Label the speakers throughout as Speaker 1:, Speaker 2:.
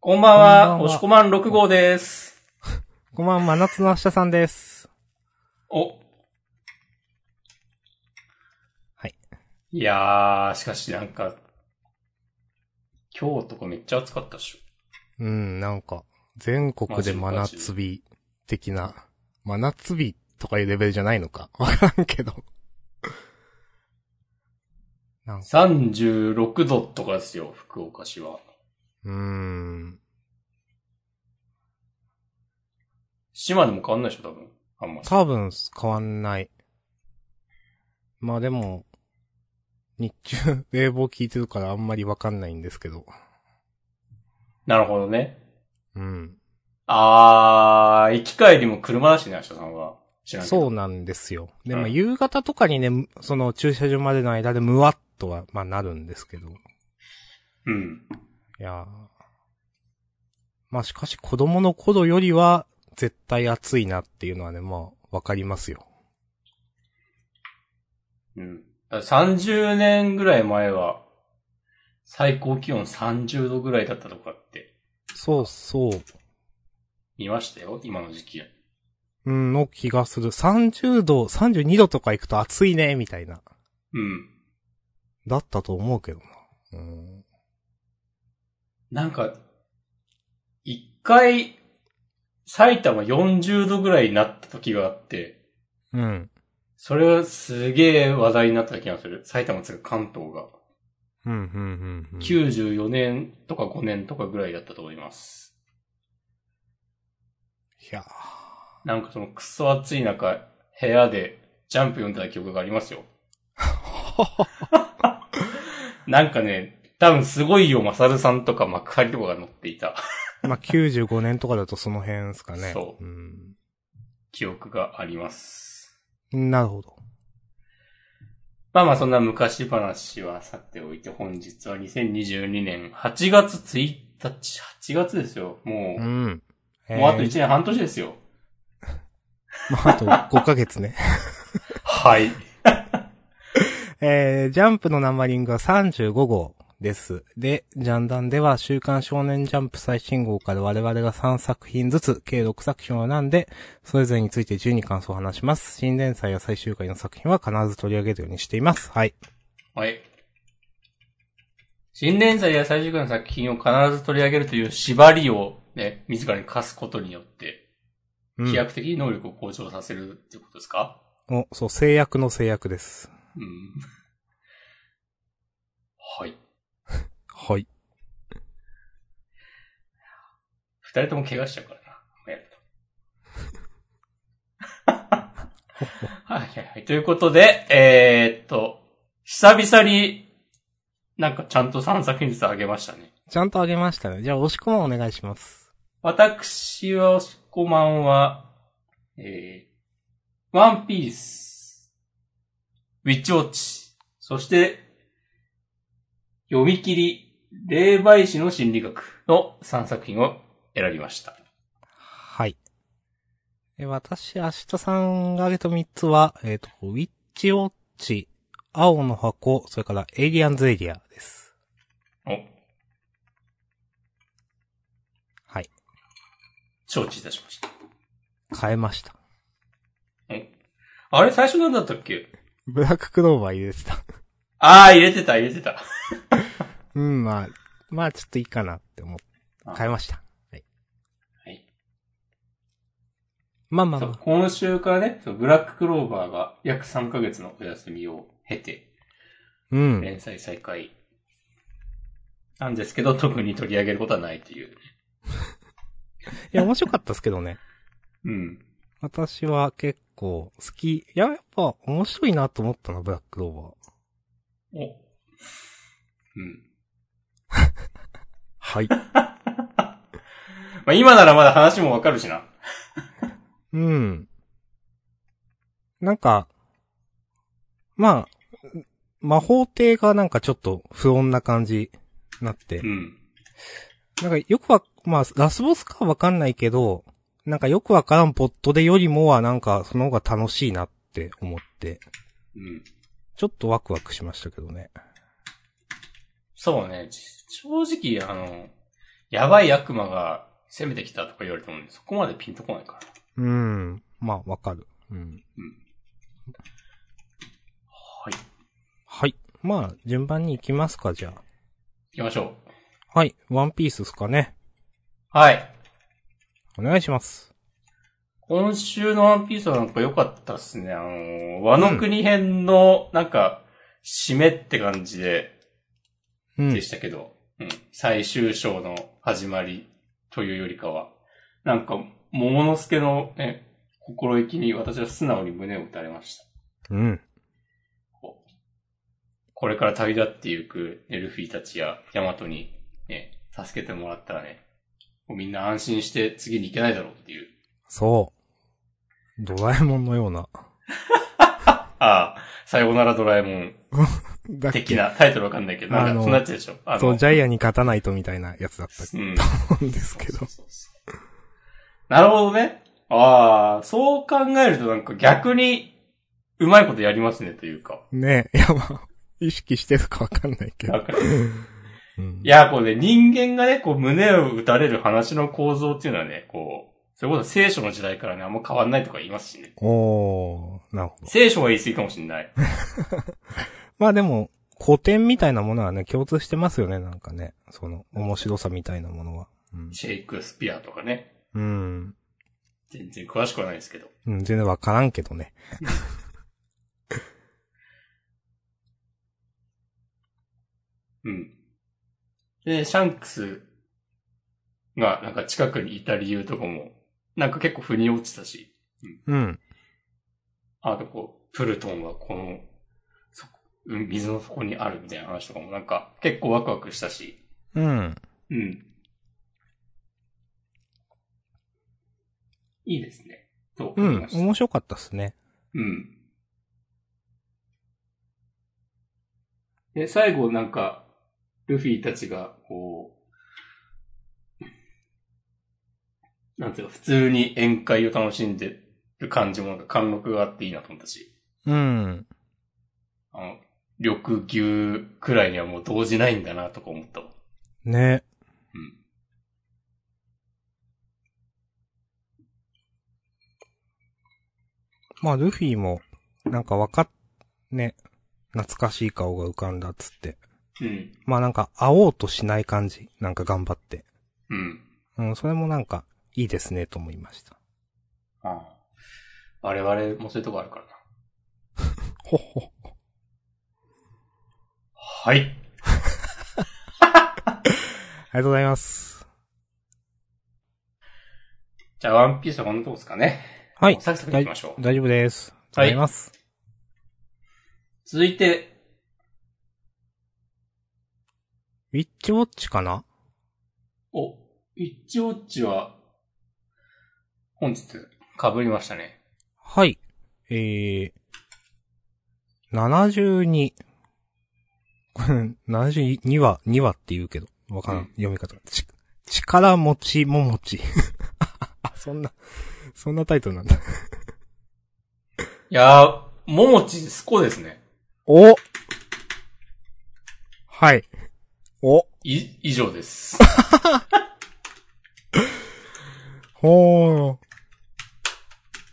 Speaker 1: こんばん
Speaker 2: こんば
Speaker 1: は、
Speaker 2: んは
Speaker 1: おしこまん6号です。
Speaker 2: こんばんは、真夏の明日さんです。
Speaker 1: お。
Speaker 2: はい。
Speaker 1: いやー、しかしなんか、今日とかめっちゃ暑かったっしょ。
Speaker 2: うん、なんか、全国で真夏日的な、真夏日とかいうレベルじゃないのか。 わからんけど。なんか、
Speaker 1: 36度とかですよ、福岡市は。
Speaker 2: うーん。
Speaker 1: 島でも変わんないでしょ、多分。あんま。
Speaker 2: 多分変わんない。まあでも、日中冷房効いてるからあんまりわかんないんですけど。
Speaker 1: なるほどね。
Speaker 2: うん。
Speaker 1: あー、行き帰りも車だしね、明日さんは。知らんけど
Speaker 2: そうなんですよ。で、
Speaker 1: うん
Speaker 2: まあ夕方とかにね、その駐車場までの間でムワッとは、まあなるんですけど。
Speaker 1: うん。
Speaker 2: いやーまあしかし子供の頃よりは絶対暑いなっていうのはね、まあわかりますよ。
Speaker 1: うん。だから30年ぐらい前は、最高気温30度ぐらいだったとかって、
Speaker 2: そうそう。
Speaker 1: 見ましたよ、今の時期。
Speaker 2: うん、の気がする。30度、32度とか行くと暑いね、みたいな。
Speaker 1: うん。
Speaker 2: だったと思うけどな。うん。
Speaker 1: なんか、一回、埼玉40度ぐらいになった時があって、
Speaker 2: うん。
Speaker 1: それはすげえ話題になった気がする。埼玉つうか関東が。
Speaker 2: うん、うん、うん。
Speaker 1: 94年とか5年とかぐらいだったと思います。
Speaker 2: いや
Speaker 1: なんかそのクソ暑い中、部屋でジャンプ読んだ記憶がありますよ。なんかね、多分すごいよ、マサルさんとか幕張とかが乗っていた
Speaker 2: ーまあ、95年とかだとその辺ですかね。。
Speaker 1: そう
Speaker 2: うん。
Speaker 1: 記憶があります。
Speaker 2: なるほど。
Speaker 1: まあまあそんな昔話はさておいて本日は2022年8月1日、8月ですよ。も
Speaker 2: う
Speaker 1: う、
Speaker 2: ん。
Speaker 1: もうあと
Speaker 2: え
Speaker 1: 1
Speaker 2: ー
Speaker 1: 年半年ですよ。
Speaker 2: まあ、あと5ヶ月ね。
Speaker 1: はい。
Speaker 2: えー、ジャンプのナンバリングは35号です。で、ジャンダンでは週刊少年ジャンプ最新号から我々が3作品ずつ、計6作品を選んで、それぞれについて自由に感想を話します。新連載や最終回の作品は必ず取り上げるようにしています。はい。
Speaker 1: はい。新連載や最終回の作品を必ず取り上げるという縛りをね、自らに課すことによって、
Speaker 2: う
Speaker 1: 飛
Speaker 2: ん。
Speaker 1: 躍的に能力を向上させるっていうことですか
Speaker 2: お、そう、制約の制約です。
Speaker 1: うん。はい。
Speaker 2: はい。
Speaker 1: 二人とも怪我しちゃうからな。やると。はいはいはい。ということで、えー、っと、久々になんかちゃんと3作品ずつあげましたね。
Speaker 2: ちゃんとあげましたね。じゃあ、押し込まんお願いします。
Speaker 1: 私は、おしこまんは、えー、ワンピース、ウィッチウォッチ、そして、読み切り、霊媒師の心理学の3作品を選びました。
Speaker 2: はい。え、私、明日さんが挙げた3つは、えっ、と、ウィッチウォッチ、青の箱、それからエイリアンズエリアです。
Speaker 1: お、
Speaker 2: はい。
Speaker 1: 承知いたしました。
Speaker 2: 変えました。
Speaker 1: あれ最初なんだったっけ
Speaker 2: ブラッククローバー入れてた。
Speaker 1: ああ、入れてた、入れてた。
Speaker 2: うん、まあ、まあちょっといいかなって思って、変えました。はい。
Speaker 1: はい。
Speaker 2: まあまあ
Speaker 1: そ
Speaker 2: ま
Speaker 1: う
Speaker 2: あ、
Speaker 1: 今週からね、そうブラッククローバーが約3ヶ月のお休みを経て、
Speaker 2: うん。
Speaker 1: 連載再開。なんですけど、特に取り上げることはないという。
Speaker 2: いや、面白かったですけどね。
Speaker 1: うん。
Speaker 2: 私は結構好き。いや、やっぱ面白いなと思ったな、ブラッククローバー。
Speaker 1: お。うん。
Speaker 2: はい。
Speaker 1: まあ今ならまだ話もわかるしな。
Speaker 2: うん。なんか、まあ、魔法帝がなんかちょっと不穏な感じになって
Speaker 1: う、ん。
Speaker 2: なんかよくわ、まあ、ラスボスかはわかんないけど、なんかよくわからんポットでよりもはなんかその方が楽しいなって思って、
Speaker 1: うん。
Speaker 2: ちょっとワクワクしましたけどね。
Speaker 1: そうね。じ正直、あの、やばい悪魔が攻めてきたとか言われても、そこまでピンとこないから。
Speaker 2: うん。まあ、わかる。うん。
Speaker 1: はい。行
Speaker 2: はい。まあ、順番に行きますか、じゃ
Speaker 1: きましょう。
Speaker 2: あ。はい。ワンピースですかね。
Speaker 1: はい。
Speaker 2: お願いします。
Speaker 1: 今週のワンピースはなんか良かったっすね。あのー、和の国編の、なんか、締めって感じで、
Speaker 2: うん
Speaker 1: で。したけど、うん。最終章の始まりというよりかは、なんか、桃之助のね、心意気に私は素直に胸を打たれました。
Speaker 2: うん。
Speaker 1: これから旅立ってゆくエルフィーたちやヤマトにね、助けてもらったらね、もうみんな安心して次に行けないだろうっていう。
Speaker 2: そう。ドラえもんのよう な。
Speaker 1: ああ、さようならドラえもん
Speaker 2: だっけ
Speaker 1: 的なタイトルわかんないけど、な
Speaker 2: あ
Speaker 1: んか
Speaker 2: の
Speaker 1: そうなっちゃうでしょ。あの
Speaker 2: そう、ジャイアンに勝たないとみたいなやつ だった
Speaker 1: うん。
Speaker 2: んですけど。
Speaker 1: そうそうそうなるほどね。ああ、そう考えるとなんか逆に、うまいことやりますねというか。
Speaker 2: ねえ、いや、まあ、意識してるかわかんないけ
Speaker 1: な
Speaker 2: ど
Speaker 1: ん。か
Speaker 2: うん
Speaker 1: い、や、こうね、人間がね、こう胸を打たれる話の構造っていうのはね、こう、それこそ聖書の時代からね、あんま変わんないとか言いますしね。
Speaker 2: おー、なるほど。
Speaker 1: 聖書は言い過ぎかもしんない。
Speaker 2: まあでも、古典みたいなものはね、共通してますよね、なんかね。その、面白さみたいなものは。うん。
Speaker 1: シェイクスピアとかね。
Speaker 2: うん。
Speaker 1: 全然詳しくはないですけど。
Speaker 2: うん、全然わからんけどね。
Speaker 1: うん。で、シャンクスがなんか近くにいた理由とかも、なんか結構腑に落ちたし。
Speaker 2: うん。
Speaker 1: あとこう、プルトンはこの、そうん水の底にあるみたいな話とかもなんか結構ワクワクしたし。
Speaker 2: うん。
Speaker 1: うん。いいですね。と
Speaker 2: う
Speaker 1: 思い
Speaker 2: ん
Speaker 1: ま。した。
Speaker 2: 面白かったっすね。
Speaker 1: うん。で、最後なんか、ルフィたちが、こう、なんていうか、普通に宴会を楽しんでる感じもなんか貫禄があっていいなと思ったし。
Speaker 2: うん。
Speaker 1: あの、緑牛くらいにはもう動じないんだなとか思ったわ。
Speaker 2: ね。
Speaker 1: うん。
Speaker 2: まあ、ルフィも、なんかわかっ、ね、懐かしい顔が浮かんだっつって。
Speaker 1: うん。
Speaker 2: まあなんか、会おうとしない感じ。なんか頑張って。
Speaker 1: うん。
Speaker 2: うん、それもなんか、いいですね、と思いました。
Speaker 1: ああ。我々もそういうとこある からな。
Speaker 2: ほっほ。
Speaker 1: はい。
Speaker 2: ありがとうございます。
Speaker 1: じゃあ、ワンピースはこんなとこですかね。
Speaker 2: はい。
Speaker 1: サクサクいきましょう。
Speaker 2: 大丈夫です。
Speaker 1: はい
Speaker 2: ありがとうございます。
Speaker 1: 続いて、
Speaker 2: ウィッチウォッチかな
Speaker 1: お、イッチウォッチは、本日、被りましたね。
Speaker 2: はい。えー、72。これ、72は、2はって言うけど、わからん。
Speaker 1: うん
Speaker 2: 読み方。ち、力持ちももち。 あ、そんな、そんなタイトルなんだ。
Speaker 1: いやー、ももちすこですね。
Speaker 2: おはい。お
Speaker 1: い、以上 です。
Speaker 2: ほー。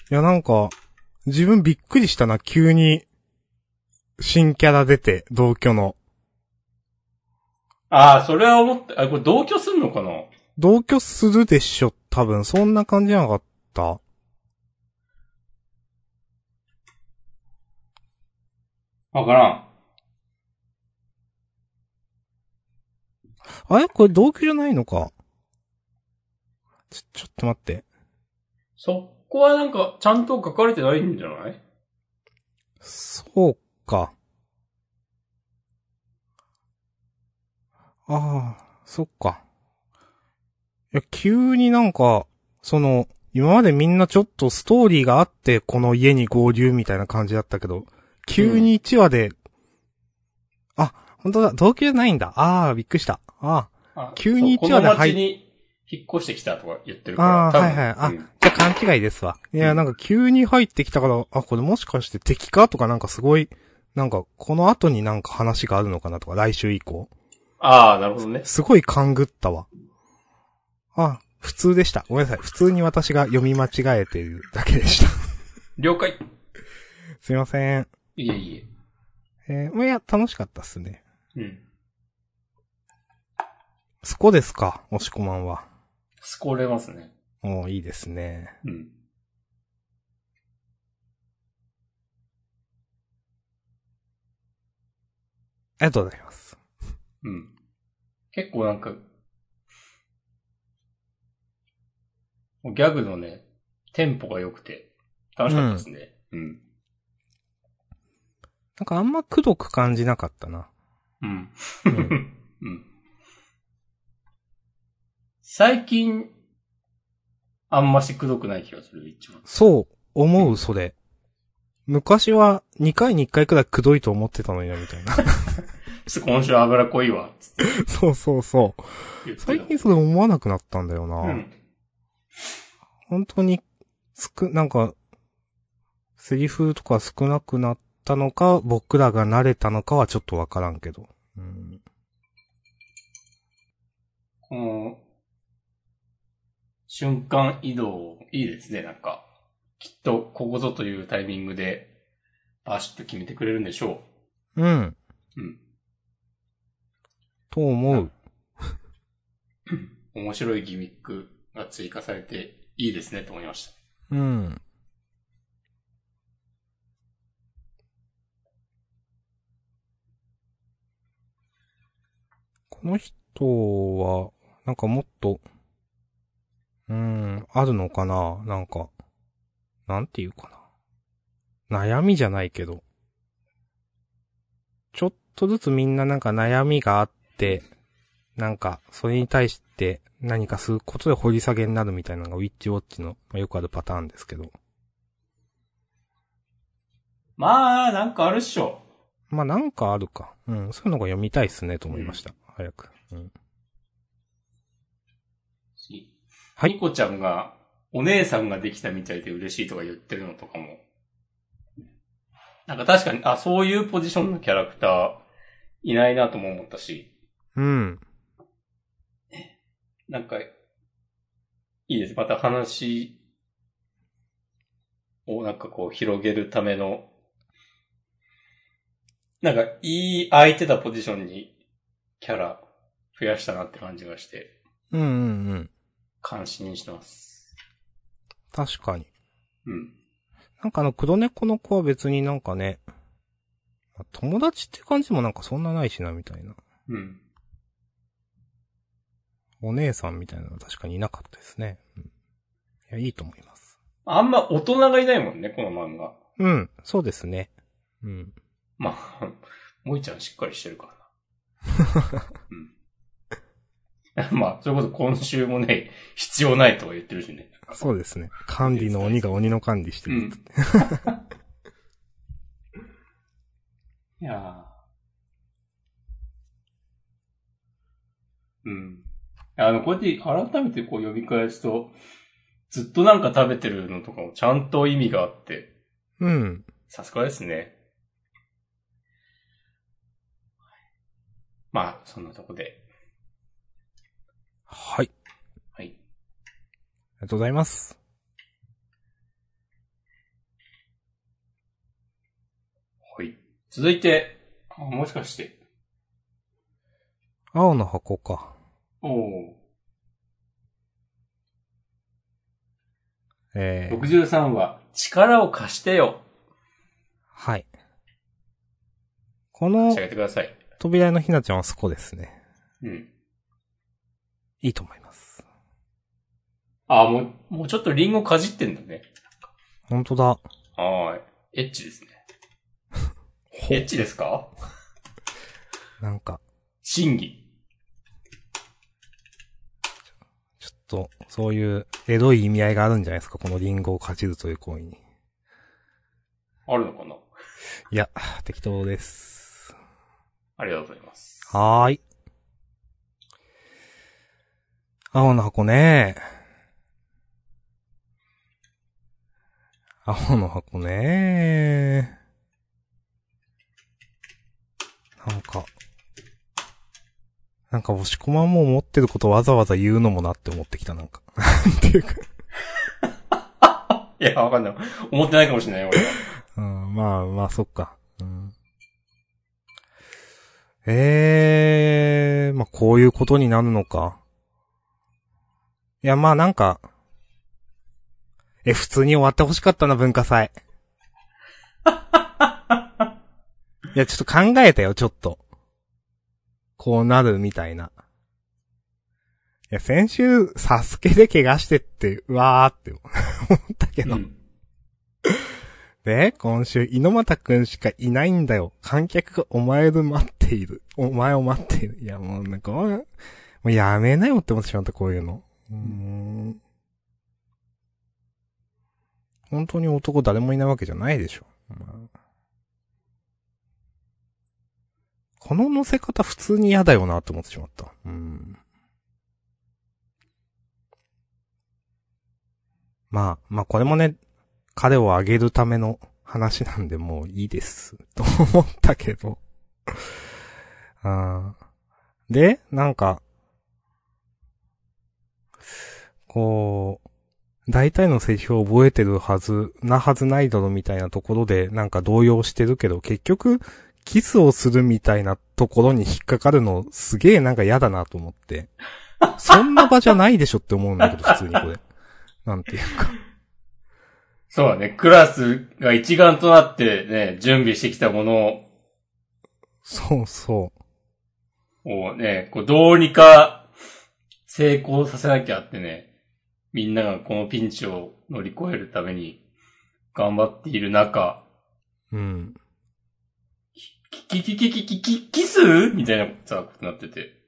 Speaker 2: いや、なんか、自分びっくりしたな、急に、新キャラ出て、同居の。
Speaker 1: ああ、それは思って、あ、これ同居すんのかな
Speaker 2: 同居するでしょ、多分。そんな感じじゃなかった。
Speaker 1: わからん。
Speaker 2: あれこれ同居じゃないのか。ちょ、ちょっと待って。
Speaker 1: そこはなんか、ちゃんと書かれてないんじゃない
Speaker 2: そうか。ああ、そっか。いや、急になんか、その、今までみんなちょっとストーリーがあって、この家に合流みたいな感じだったけど、急に1話で、あ、本当だ、同居じゃないんだ。ああ、びっくりした。ああ、
Speaker 1: あ
Speaker 2: 急に
Speaker 1: そう
Speaker 2: 一話で
Speaker 1: この町
Speaker 2: 入っ
Speaker 1: に引っ越してきたとか言ってるから。
Speaker 2: ああ、
Speaker 1: 多分
Speaker 2: はいはい。あ
Speaker 1: うん、
Speaker 2: じゃあ勘違いですわ。いや、なんか急に入ってきたから、あ、これもしかして敵かとかなんかすごい、なんかこの後になんか話があるのかなとか、来週以降。
Speaker 1: ああ、なるほどね。
Speaker 2: すごい勘ぐったわ。あ、普通でした。ごめんなさい。普通に私が読み間違えてるだけでした。
Speaker 1: 了解。
Speaker 2: すいません。
Speaker 1: いえいえ。
Speaker 2: えー、まあいや、楽しかったっすね。
Speaker 1: うん。
Speaker 2: そこですか、押し込まんは。
Speaker 1: すこれますね。
Speaker 2: もういいですね。
Speaker 1: うん。
Speaker 2: ありがとうございます。
Speaker 1: うん。結構なんか、ギャグのね、テンポが良くて、楽しかったですね。うん。
Speaker 2: なんかあんまくどく感じなかったな。
Speaker 1: うん。
Speaker 2: う
Speaker 1: うんん。最近、あんましくどくない気がする、一番。
Speaker 2: そう、思う、それ。昔は2回に1回くらいくどいと思ってたのにな、み たいな。
Speaker 1: ちょっと今週油濃いわ、つって
Speaker 2: そうそうそう。
Speaker 1: 言ってた
Speaker 2: 最近それ思わなくなったんだよな。
Speaker 1: うん。
Speaker 2: 本当に、すく、なんか、セリフとか少なくなったのか、僕らが慣れたのかはちょっとわからんけど。うん。
Speaker 1: この、瞬間移動、いいですね、なんか。きっと、ここぞというタイミングで、バシッと決めてくれるんでしょ
Speaker 2: うん。
Speaker 1: う。うん。
Speaker 2: と思う。
Speaker 1: 面白いギミックが追加されて、いいですね、と思いました。
Speaker 2: うん。この人は、なんかもっと、うん、あるのかななんか、なんていうかな。悩みじゃないけど。ちょっとずつみんななんか悩みがあって、なんか、それに対して何かすることで掘り下げになるみたいなのがウィッチウォッチのまあよくあるパターンですけど。
Speaker 1: まあ、なんかあるっしょ。
Speaker 2: まあなんかあるか。うん、そういうのが読みたいっすねと思いました。早く。うん。
Speaker 1: し
Speaker 2: はい
Speaker 1: ニコちゃんが、お姉さんができたみたいで嬉しいとか言ってるのとかも。なんか確かに、あ、そういうポジションのキャラクター、いないなとも思ったし。
Speaker 2: うん。
Speaker 1: なんか、いいです。また話をなんかこう広げるための、なんかいい空いてたポジションにキャラ増やしたなって感じがして、
Speaker 2: うんうんうん。
Speaker 1: 感心してます。
Speaker 2: 確かに。
Speaker 1: うん。
Speaker 2: なんかあの黒猫の子は別になんかね、まあ友達って感じもなんかそんなないしなみたいな。
Speaker 1: うん。
Speaker 2: お姉さんみたいなのは確かにいなかったですね。うん。いや、いいと思います。
Speaker 1: あんま大人がいないもんね、この漫画。
Speaker 2: うん、そうですね。うん。
Speaker 1: まあ、 萌ちゃんしっかりしてるから な。うん。まあ、それこそ今週もね、必要ないとか言ってるしね。
Speaker 2: そうですね。管理の鬼が鬼の管理して
Speaker 1: う
Speaker 2: るっ
Speaker 1: ん
Speaker 2: つって。。
Speaker 1: いやーうん。あの、こうやって改めてこう読み返すと、ずっとなんか食べてるのとかもちゃんと意味があって、
Speaker 2: うん。
Speaker 1: さすがですね。まあ、そんなとこで。
Speaker 2: はい。
Speaker 1: はい。
Speaker 2: ありがとうございます。
Speaker 1: はい。続いて、あもしかして、
Speaker 2: 青の箱か。
Speaker 1: おお、
Speaker 2: えー、
Speaker 1: 63話、力を貸してよ。
Speaker 2: はい。こ
Speaker 1: 差
Speaker 2: の
Speaker 1: し上げてください。
Speaker 2: 扉絵のひなちゃんはそこですね。
Speaker 1: うん。
Speaker 2: いいと思います。
Speaker 1: ああ、もう、もうちょっとリンゴかじってんだね。
Speaker 2: ほんとだ。
Speaker 1: はーい。エッチですね。
Speaker 2: ほ
Speaker 1: エッチですか
Speaker 2: なんか、
Speaker 1: 審議。
Speaker 2: ちょっと、そういう、エロい意味合いがあるんじゃないですか。このリンゴをかじるという行為に。
Speaker 1: あるのかない
Speaker 2: や、適当です。
Speaker 1: ありがとうございます。
Speaker 2: はーい。青の箱ね。青の箱ね。なんか、なんか押し込まんも持ってることわざわざ言うのもなって思ってきた、なんか。っていうか、
Speaker 1: いや、わかんない。思ってないかもしれないよ、俺は。
Speaker 2: うん、まあまあ、そっか。うん、ええまあこういうことになるのか。いや、まあなんか、え、普通に終わってほしかったな、文化祭。いや、ちょっと考えたよ、ちょっと。こうなるみたいな。いや、先週、サスケで怪我してって、うわーって思ったけど
Speaker 1: う。ん
Speaker 2: で、今週、猪俣くんしかいないんだよ。観客がお前を待っている。お前を待っている。いや、もうなんか、もうやめなよって思ってしまった、こういうの。うーん。本当に男誰もいないわけじゃないでしょ。まあこの乗せ方普通に嫌だよなって思ってしまった。うん。まあ、まあこれもね、彼をあげるための話なんでもういいです。 と思ったけど。あーで、なんか、こう、大体のセリフを覚えてるはず、なはずないだろみたいなところで、なんか動揺してるけど、結局、キスをするみたいなところに引っかかるの、すげえなんか嫌だなと思って。そんな場じゃないでしょって思うんだけど、普通にこれ。なんていうか。
Speaker 1: そうだね。クラスが一丸となってね、準備してきたもの
Speaker 2: そうそう。
Speaker 1: をね、こうどうにか成功させなきゃってね、みんながこのピンチを乗り越えるために頑張っている中、
Speaker 2: うん。
Speaker 1: キキキキキキキキスみたいなさ、ことになってて。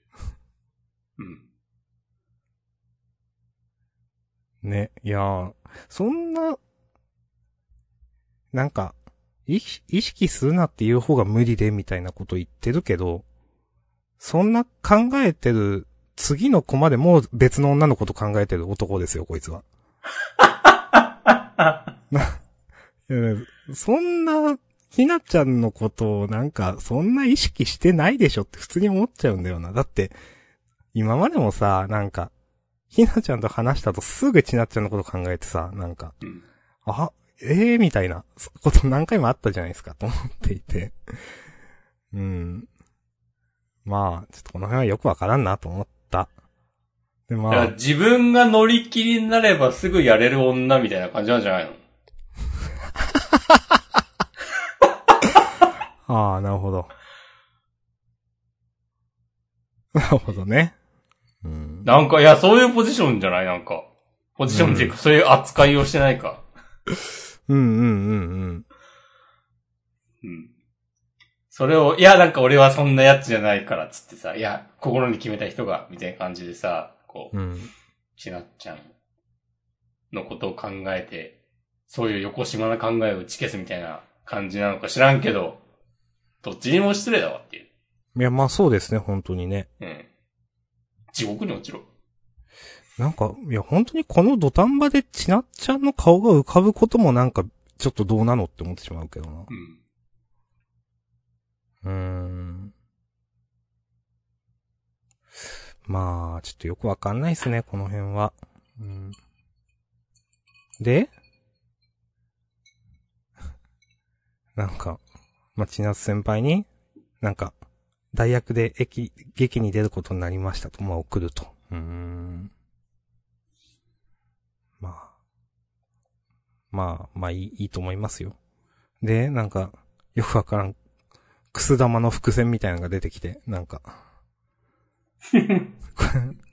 Speaker 1: うん。
Speaker 2: ね。いやー、そんな、なんか、意識意識するなっていう方が無理でみたいなこと言ってるけど、そんな考えてる次の子までもう別の女の子と考えてる男ですよ、こいつは。ないやそんな、ひなちゃんのことをなんか、そんな意識してないでしょって普通に思っちゃうんだよな。だって、今までもさ、なんか、ひなちゃんと話したとすぐちなっちゃんのこと考えてさ、なんか
Speaker 1: うん、
Speaker 2: あ、ええー、みたいなこと何回もあったじゃないですか、と思っていて。うん。まあ、ちょっとこの辺はよくわからんなと思った。で、
Speaker 1: だか
Speaker 2: ま
Speaker 1: ら
Speaker 2: あ、
Speaker 1: 自分が乗り切りになればすぐやれる女みたいな感じなんじゃないの
Speaker 2: ああ、なるほど。 なるほどね。うん。
Speaker 1: なんか、いや、そういうポジションじゃないなんか。ポジションっていうか、そういう扱いをしてないか。
Speaker 2: うんうんうんうん。
Speaker 1: うん。それを、いや、なんか俺はそんなやつじゃないから、つってさ、いや、心に決めた人が、みたいな感じでさ、こう、
Speaker 2: うん。
Speaker 1: ちなっちゃんのことを考えて、そういう横島な考えを打ち消すみたいな感じなのか知らんけど、どっちにも失礼だわっていう。
Speaker 2: いや、まあそうですね、本当にね。
Speaker 1: うん。地獄に落ちろ。
Speaker 2: なんか、いや、本当にこの土壇場でちなっちゃんの顔が浮かぶこともなんか、ちょっとどうなのって思ってしまうけどな。
Speaker 1: うん。
Speaker 2: うーん。まあ、ちょっとよくわかんないですね、この辺は。うん、で なんか、まあ、千夏先輩に、なんか、大学で駅、劇に出ることになりましたと、まあ、送ると。うーん。まあ。まあ、まあ、いい、いいと思いますよ。で、なんか、よくわからんくす玉の伏線みたいなのが出てきて、なんか。これ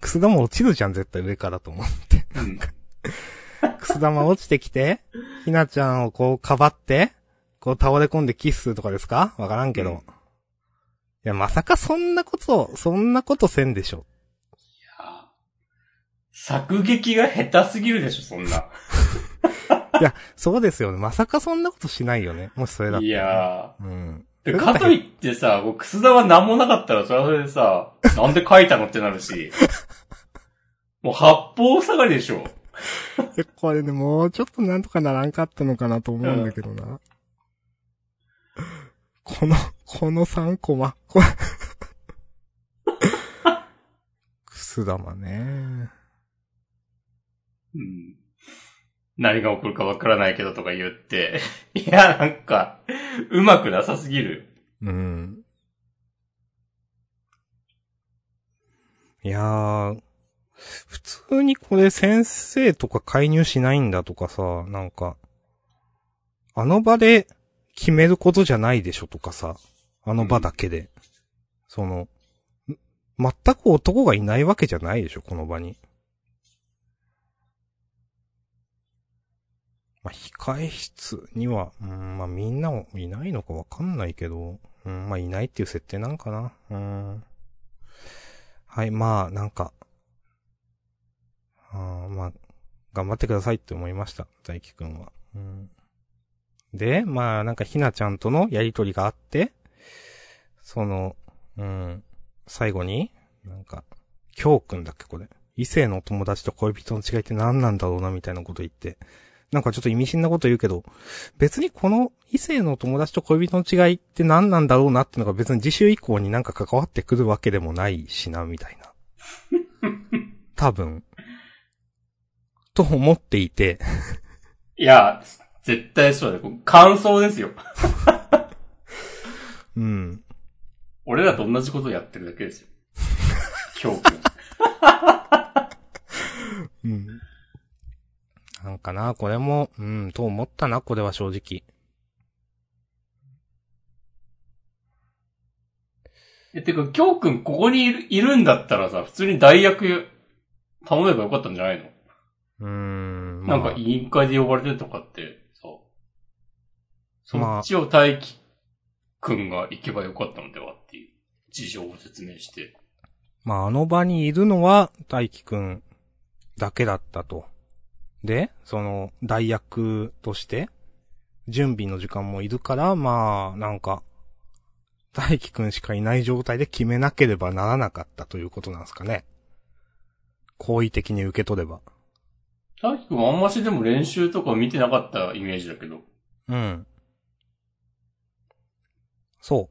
Speaker 2: くす玉落ちるじゃん、絶対上から と思って。
Speaker 1: うん。
Speaker 2: くす玉落ちてきて、ひなちゃんをこうかばって、こう倒れ込んでキスするとかですかわからんけど。
Speaker 1: うん
Speaker 2: いや、まさかそんなこと、そんなことせんでしょ。
Speaker 1: あ作劇が下手すぎるでしょ、そんな。
Speaker 2: そうですよね。まさかそんなことしないよね。もしそれだったら
Speaker 1: いやー。
Speaker 2: うん。
Speaker 1: で、かといってさ、こう、くす玉なんもなかったら、それはそれでさ、なんで書いたのってなるし。もう、八方下がりでしょ。
Speaker 2: でこれね、もうちょっとなんとかならんかったのかなと思うんだけどな。この、この3コマ、これス玉ね。
Speaker 1: うん何が起こるかわからないけどとか言って、 いや、なんか、うまくなさすぎる。
Speaker 2: うん。いやー、普通にこれ先生とか介入しないんだとかさ、なんか、あの場で決めることじゃないでしょとかさ、あの場だけで。その、ん全く男がいないわけじゃないでしょ、この場に。まあ、控室には、うん、まあみんなもいないのかわかんないけど、うん、まあいないっていう設定なんかな。うん。はい、まあなんか、あーまあ、頑張ってくださいって思いました、大輝くんは。うん、で、まあなんかひなちゃんとのやりとりがあって、その、うん、最後に、なんか、きょうくんだっけこれ。異性のお友達と恋人の違いって何なんだろうなみたいなこと言って、なんかちょっと意味深なこと言うけど、別にこの異性の友達と恋人の違いって何なんだろうなってのが別に次週以降になんか関わってくるわけでもないしな、みたいな。多分。と思っていて、
Speaker 1: いや、絶対そうだよ。感想ですよ。
Speaker 2: うん。
Speaker 1: 俺らと同じことやってるだけですよ。 教訓。
Speaker 2: うん。なんかな、これも、うん、と思ったな、これは正直。
Speaker 1: え、てか、教訓ここにいるいるんだったらさ、普通に代役頼めばよかったんじゃないの、
Speaker 2: うーん。
Speaker 1: なん
Speaker 2: まあ
Speaker 1: か委員会で呼ばれてるとかって、さ、そ
Speaker 2: まあ
Speaker 1: っちを大輝くんが行けばよかったのではっていう事情を説明して。
Speaker 2: まあ、あの場にいるのは、大輝くんだけだったと。で、その、代役として、準備の時間もいるから、まあ、なんか、大輝くんしかいない状態で決めなければならなかったということなんですかね。好意的に受け取れば。
Speaker 1: 大輝くんあんましでも練習とか見てなかったイメージだけど。
Speaker 2: うん。そ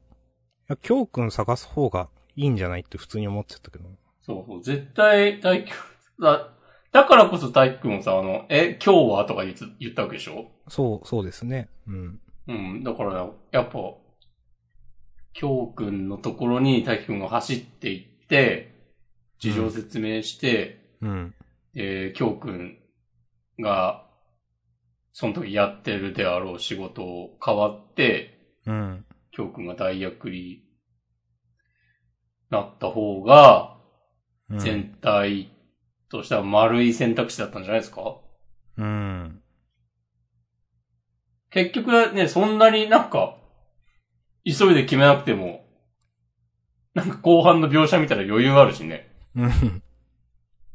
Speaker 2: う。いや、京くん探す方がいいんじゃないって普通に思っちゃったけど。
Speaker 1: そうそう、絶対大輝くん、だ、だからこそ大輝くんもさ、あの、え、今日はとか言って言ったわけでしょ
Speaker 2: そう、そうですね。うん。
Speaker 1: うん、だから、やっぱ、京くんのところに大輝くんが走っていって、事情説明して、
Speaker 2: うん。
Speaker 1: えー、京くんが、その時やってるであろう仕事を変わって、
Speaker 2: うん。
Speaker 1: 京くんが代役になった方が、
Speaker 2: うん
Speaker 1: 全体としては丸い選択肢だったんじゃないですか
Speaker 2: うん。
Speaker 1: 結局はね、そんなになんか、急いで決めなくても、なんか後半の描写見たら余裕あるしね。
Speaker 2: うん。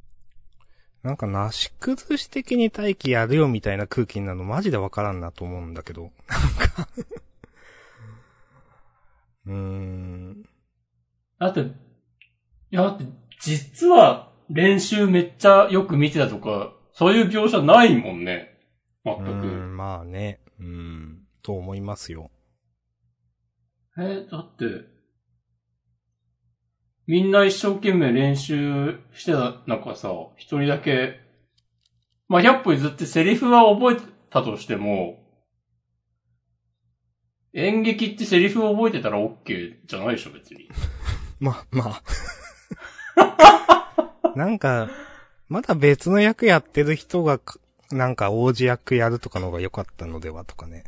Speaker 2: なんか、なし崩し的に待機やるよみたいな空気になるのマジでわからんなと思うんだけど。なんか。うーん。
Speaker 1: だって、いやだって、実は練習めっちゃよく見てたとか、そういう描写ないもんね。全
Speaker 2: う
Speaker 1: く。
Speaker 2: ん、まあね。うん。と思いますよ。
Speaker 1: え、だって、みんな一生懸命練習してた中さ、一人だけ、まあ、100歩譲ってセリフは覚えたとしても、演劇ってセリフを覚えてたら OK じゃないでしょ、別に。
Speaker 2: ま、まあ。 なんか、まだ別の役やってる人がか、なんか王子役やるとかの方が良かったのではとかね。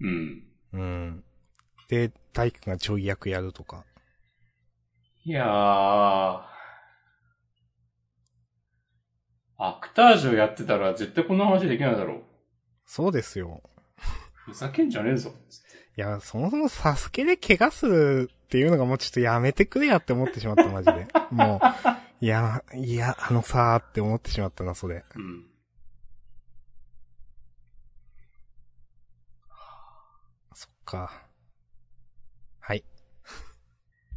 Speaker 1: うん。
Speaker 2: うん。で、大輝がちょい役やるとか。
Speaker 1: いやー。アクタージュをやってたら絶対こんな話できないだろう。
Speaker 2: そうですよ。
Speaker 1: ふざけんじゃねえぞ。
Speaker 2: いや、そもそもサスケで怪我するっていうのがもうちょっとやめてくれやって思ってしまった、マジで。もう、いや、いや、あのさーって思ってしまったな、それ。
Speaker 1: うん。
Speaker 2: そっか。はい。
Speaker 1: あ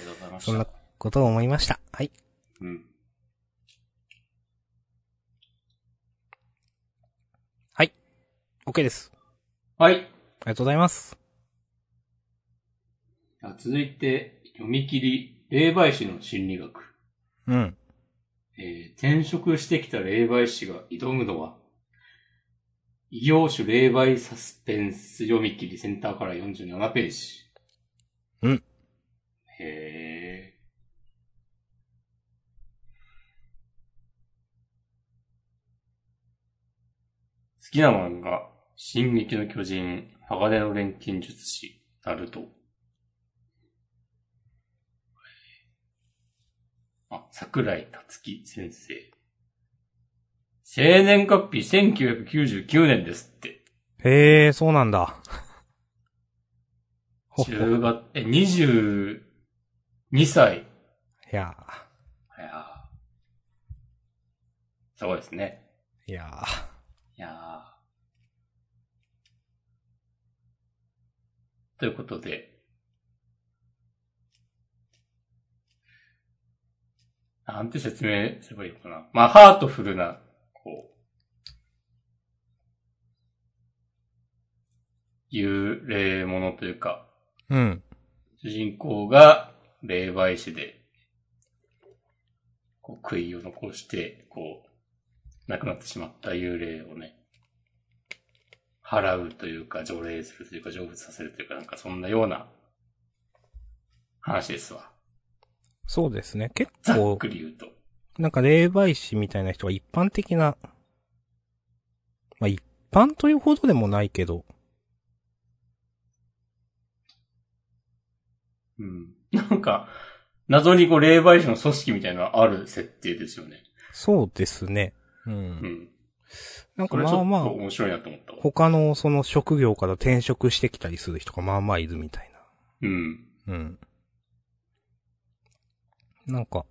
Speaker 1: りがとうございま
Speaker 2: そんなことを思いました。はい。
Speaker 1: うん。
Speaker 2: OK です。
Speaker 1: はい。
Speaker 2: ありがとうございます。
Speaker 1: では続いて、読み切り、霊媒師の心理学。
Speaker 2: うん。
Speaker 1: えー転職してきた霊媒師が挑むのは、異業種霊媒サスペンス読み切りセンターから47ページ。
Speaker 2: うん。
Speaker 1: へえ。好きな漫画、進撃の巨人、鋼の錬金術師、ナルト。あ、桜井達樹先生。生年月日1999年ですって。
Speaker 2: へえ、そうな んだ。ほっほ。い
Speaker 1: 10月、え、22歳。
Speaker 2: や
Speaker 1: いやーすごいですね。
Speaker 2: ー、いや
Speaker 1: いやーということで。なんて説明すればいいのかな。まあ、ハートフルな、こう、幽霊ものというか、
Speaker 2: ー。うん。
Speaker 1: 主人公が霊媒師で、こう、悔いを残して、こう、亡くなってしまった幽霊をね、払うというか、除霊するというか、成仏させるというか、なんかそんなような話ですわ。
Speaker 2: そうですね。結
Speaker 1: ざっ
Speaker 2: 構、
Speaker 1: くり言うと。
Speaker 2: なんか霊媒師みたいな人は一般的な、まあ一般というほどでもないけど、
Speaker 1: うん。なんか、謎にこう、霊媒師の組織みたいなのある設定ですよね。
Speaker 2: そうですね。う。
Speaker 1: うんん。
Speaker 2: なんか
Speaker 1: これ
Speaker 2: ま
Speaker 1: ちょ
Speaker 2: あ
Speaker 1: っ
Speaker 2: ま
Speaker 1: と
Speaker 2: あ、
Speaker 1: 面白いなと思ったわ。
Speaker 2: 他のその職業から転職してきたりする人がまあまあいるみたい
Speaker 1: うん。
Speaker 2: な。うん。なんか、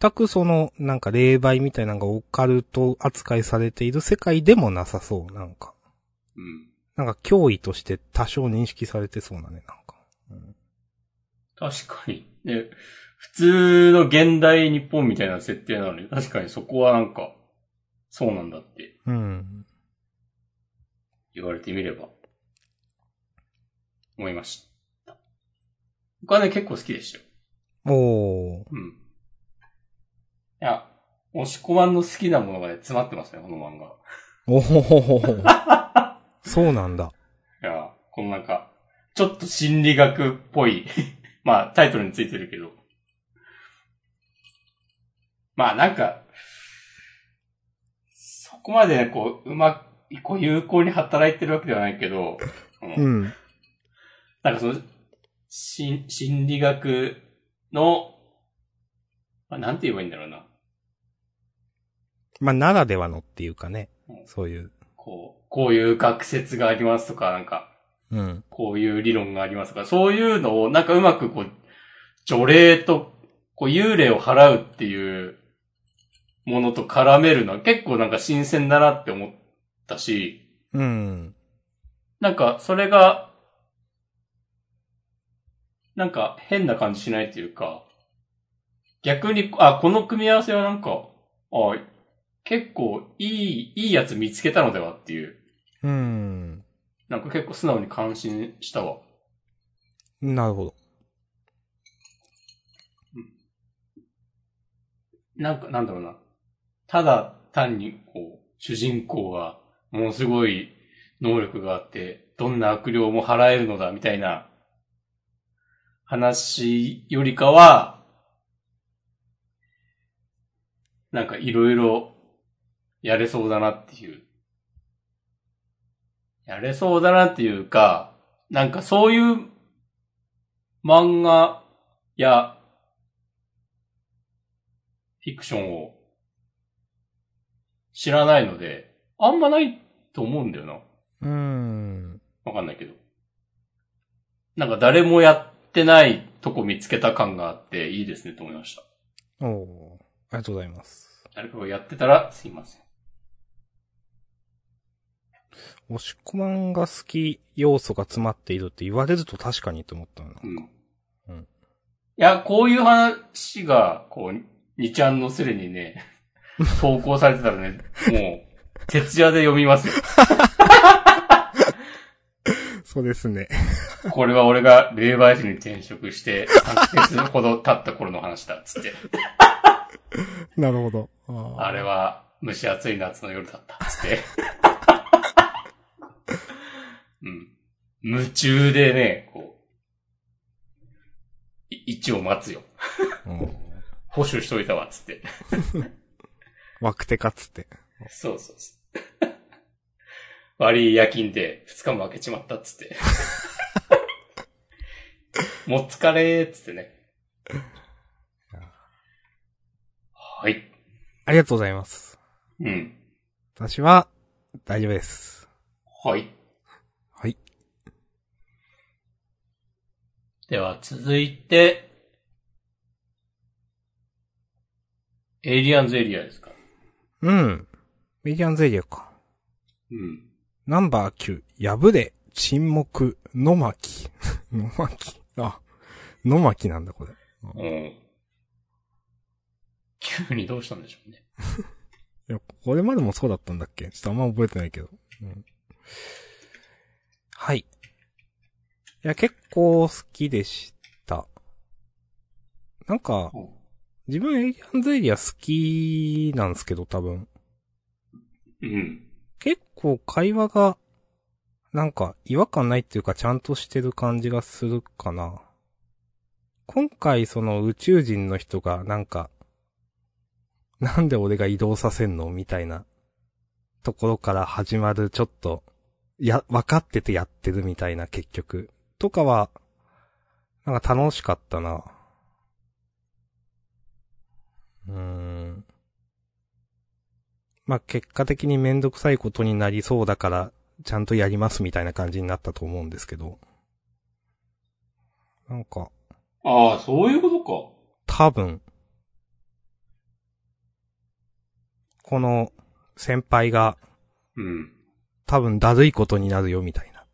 Speaker 2: 全くその、なんか霊媒みたいなのがオカルト扱いされている世界でもなさそう、なんか。
Speaker 1: うん。
Speaker 2: なんか脅威として多少認識されてそうだね、なんか。うん
Speaker 1: 確かに。ね、普通の現代日本みたいな設定なのに、確かにそこはなんか、そうなんだって
Speaker 2: うん。
Speaker 1: 言われてみれば、思いました。僕はね、結構好きでしたよ。
Speaker 2: おー。
Speaker 1: うん。いや、押し込まんの好きなものがね、詰まってますね、この漫画。
Speaker 2: おほほほほ。そうなんだ。
Speaker 1: いや、このなんか、ちょっと心理学っぽい、 まあ、タイトルについてるけど。まあ、なんか、そこまでね、こう、うまく、こう、有効に働いてるわけではないけど、うん
Speaker 2: うん。
Speaker 1: なんかその、心心理学の、まあ、なんて言えばいいんだろうな。
Speaker 2: まあ、ならではのっていうかね
Speaker 1: う。ん
Speaker 2: そういう。
Speaker 1: こう、こういう学説がありますとか、なんか、
Speaker 2: うん。
Speaker 1: こういう理論がありますが、そういうのをなんかうまくこう、除霊と、こう幽霊を払うっていうものと絡めるのは結構なんか新鮮だなって思ったし、
Speaker 2: うん。
Speaker 1: なんかそれが、なんか変な感じしないというか、逆に、あ、この組み合わせはなんか、あ、結構いい、いいやつ見つけたのではっていう、
Speaker 2: うん。
Speaker 1: なんか結構素直に感心したわ。
Speaker 2: なるほど。
Speaker 1: なんか、なんだろうな。ただ単に、こう、主人公が、ものすごい能力があって、どんな悪霊も払えるのだ、みたいな、話よりかは、なんかいろいろ、やれそうだなっていう。やれそうだなっていうか、なんかそういう漫画やフィクションを知らないので、あんまないと思うんだよな。
Speaker 2: うん。
Speaker 1: わかんないけど。なんか誰もやってないとこ見つけた感があっていいですねと思いました。
Speaker 2: おー。ありがとうございます。
Speaker 1: 誰かがやってたらすいません。
Speaker 2: 押し込まんが好き要素が詰まっているって言われると確かにと思ったな。
Speaker 1: うん。
Speaker 2: うん
Speaker 1: いや、こういう話が、こう、2ちゃんのすでにね、 投稿されてたらね、もう、徹夜で読みますよ。
Speaker 2: そうですね。
Speaker 1: これは俺が霊媒師に転職して、3ヶ月ほど経った頃の話だ、つって。
Speaker 2: なるほど。あ
Speaker 1: あれは蒸し暑い夏の夜だった。つって。 うん。夢中でね、こう、い位置を待つよ。
Speaker 2: ー。うん。
Speaker 1: 保守しといたわ、つって。
Speaker 2: 枠手かつって。
Speaker 1: そうそうそう。悪い夜勤で2日も空けちまったっつって。もう疲れーっつってね。はい。
Speaker 2: ありがとうございます。
Speaker 1: うん。
Speaker 2: 私は、大丈夫です。
Speaker 1: はい。
Speaker 2: はい。
Speaker 1: では続いて、エイリアンズエリアですか。
Speaker 2: うん。ミディアンズエリアか。
Speaker 1: うん。
Speaker 2: ナンバー9、破れ、沈黙、野巻。 野巻あ、野巻なんだ、これ。
Speaker 1: うん。急にどうしたんでしょうね。
Speaker 2: いや、これまでもそうだったんだっけちょっとあんま覚えてないけど。うん、はい。いや、結構好きでした。なんか、自分エイリアンズエリア好きなんですけど、多分。
Speaker 1: うん。
Speaker 2: 結構会話が、なんか違和感ないっていうかちゃんとしてる感じがするかな。今回その宇宙人の人がなんか、なんで俺が移動させんのみたいなところから始まるちょっと、や、分かっててやってるみたいな結局。とかは、なんか楽しかったな。うーん。まあ、結果的にめんどくさいことになりそうだから、ちゃんとやりますみたいな感じになったと思うんですけど。なんか、
Speaker 1: ああ、そういうことか。
Speaker 2: 多分、この先輩が
Speaker 1: うん。
Speaker 2: 多分だるいことになるよみたいな。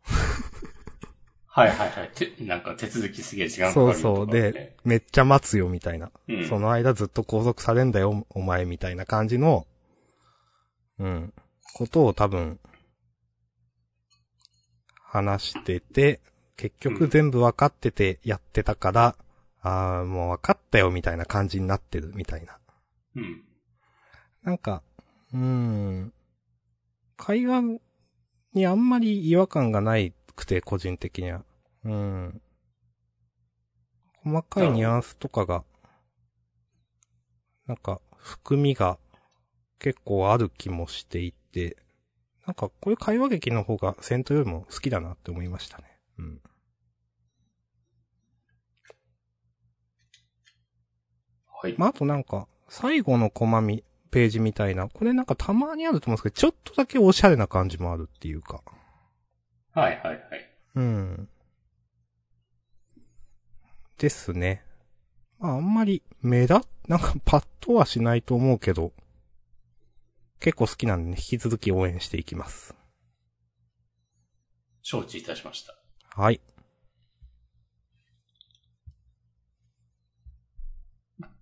Speaker 1: はいはいはい。て、なんか手続きすげえ時間かかる
Speaker 2: そ
Speaker 1: よ
Speaker 2: うそう。
Speaker 1: とかって
Speaker 2: で、めっちゃ待つよみたいな。
Speaker 1: うん、
Speaker 2: その間ずっと拘束されんだよ、お前みたいな感じの、うん、ことを多分、話してて、結
Speaker 1: う
Speaker 2: 局
Speaker 1: ん
Speaker 2: 全部分かっててやってたから、ああ、もう分かったよみたいな感じになってるみたいな。
Speaker 1: うん。
Speaker 2: なんか、うーん、会話にあんまり違和感がないくて、個人的には。うん。細かいニュアンスとかが、なんか、含みが結構ある気もしていて、なんかこういう会話劇の方が戦闘よりも好きだなって思いましたね。うん。
Speaker 1: はい。
Speaker 2: まあ、あとなんか、最後のコマみ、ページみたいな、これなんかたまにあると思うんですけど、ちょっとだけおしゃれな感じもあるっていうか。
Speaker 1: はいはいはい。
Speaker 2: うん。ですね。まあ、あんまり目立っ、なんかパッとはしないと思うけど、結構好きなんでね、引き続き応援していきます。
Speaker 1: 承知いたしました。
Speaker 2: はい。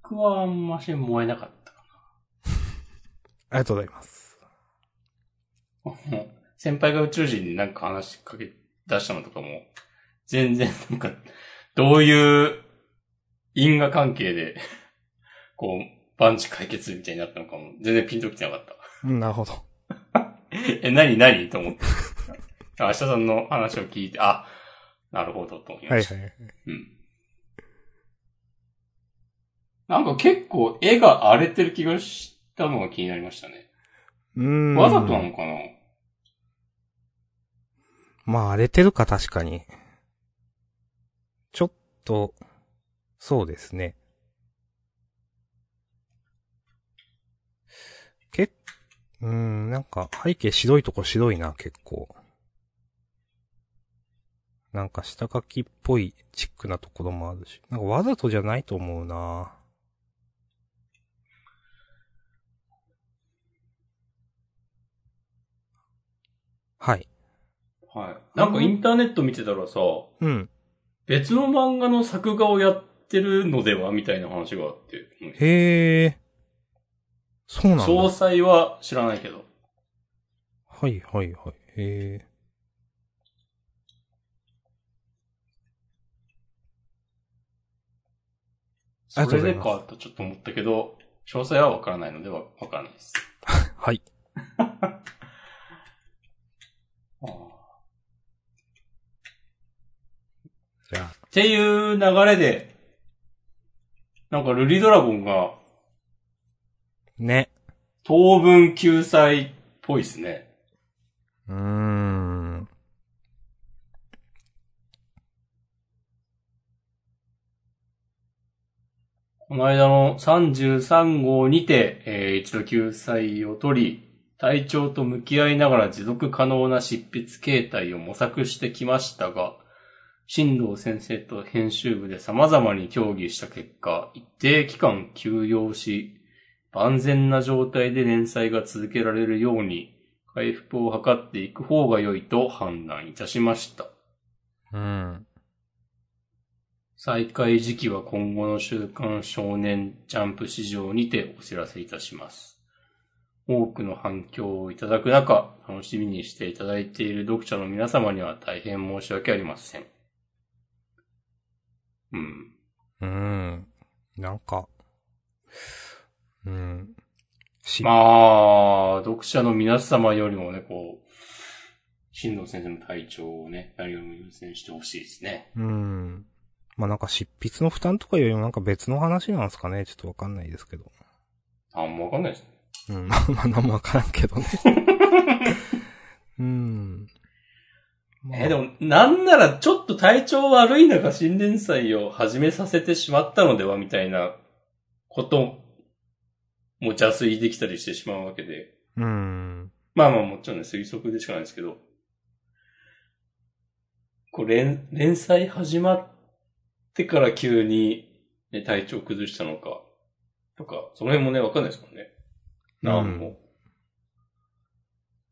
Speaker 1: 僕はあんまし燃えなかったか
Speaker 2: ありがとうございます。
Speaker 1: な。もう 先輩が宇宙人になんか話しかけ出したのとかも、全然なんか、どういう因果関係で、 こう、バンチ解決みたいになったのかも、全然ピンときてなかった。
Speaker 2: うんなるほど。
Speaker 1: え、何何と思って。 明日さんの話を聞いて、あ、なるほど、と思い
Speaker 2: は
Speaker 1: ま
Speaker 2: い
Speaker 1: した。
Speaker 2: はい。
Speaker 1: うん。なんか結構絵が荒れてる気がしたのが気になりましたね。
Speaker 2: うん。
Speaker 1: わざとなのかな
Speaker 2: まあ荒れてるか確かに。ちょっと、そうですね。けっ、うーん、なんか背景白いとこ白いな、結構。なんか下書きっぽいチックなところもあるし。なんかわざとじゃないと思うなはい。
Speaker 1: はい。なんかインターネット見てたらさ、
Speaker 2: うん。
Speaker 1: 別の漫画の作画をやってるのではみたいな話があって。うん
Speaker 2: へえ。そうなんだ。
Speaker 1: 詳細は知らないけど。
Speaker 2: はいはいはい。へえ。あり
Speaker 1: そ
Speaker 2: がとう
Speaker 1: れ
Speaker 2: ござい
Speaker 1: で
Speaker 2: ます
Speaker 1: かとちょっと思ったけど、詳細はわからないのでわ、わからないです。
Speaker 2: はい。
Speaker 1: あー
Speaker 2: じゃあ、
Speaker 1: っていう流れで、なんかルリドラゴンが
Speaker 2: ね。
Speaker 1: 当分救済っぽいですね。
Speaker 2: うーん。
Speaker 1: この間の33号にて、えー一度救済を取り、体調と向き合いながら持続可能な執筆形態を模索してきましたが、新藤先生と編集部で様々に協議した結果、一定期間休養し、万全な状態で連載が続けられるように、回復を図っていく方が良いと判断いたしました。
Speaker 2: うん。
Speaker 1: 再開時期は今後の週刊少年ジャンプ市場にてお知らせいたします。多くの反響をいただく中、楽しみにしていただいている読者の皆様には大変申し訳ありません。うん。
Speaker 2: うん。なんか、うん。し、
Speaker 1: まあ、読者の皆様よりもね、こう、新藤先生の体調をね、何よりも優先してほしいですね。
Speaker 2: うん。まあ、なんか執筆の負担とかよりもなんか別の話なんですかねちょっとわかんないですけど。
Speaker 1: あんまわかんないですね。
Speaker 2: うん。まあ、まあ、なんもわからんけどね。うん。まあ
Speaker 1: えーでも、なんならちょっと体調悪い中、新連載を始めさせてしまったのでは、みたいなことも邪推できたりしてしまうわけで。
Speaker 2: うん。
Speaker 1: まあまあもちろんね、推測でしかないですけど。こう、連、連載始まってから急に、ね、体調崩したのか、とか、その辺もね、わかんないですもんね。なんも。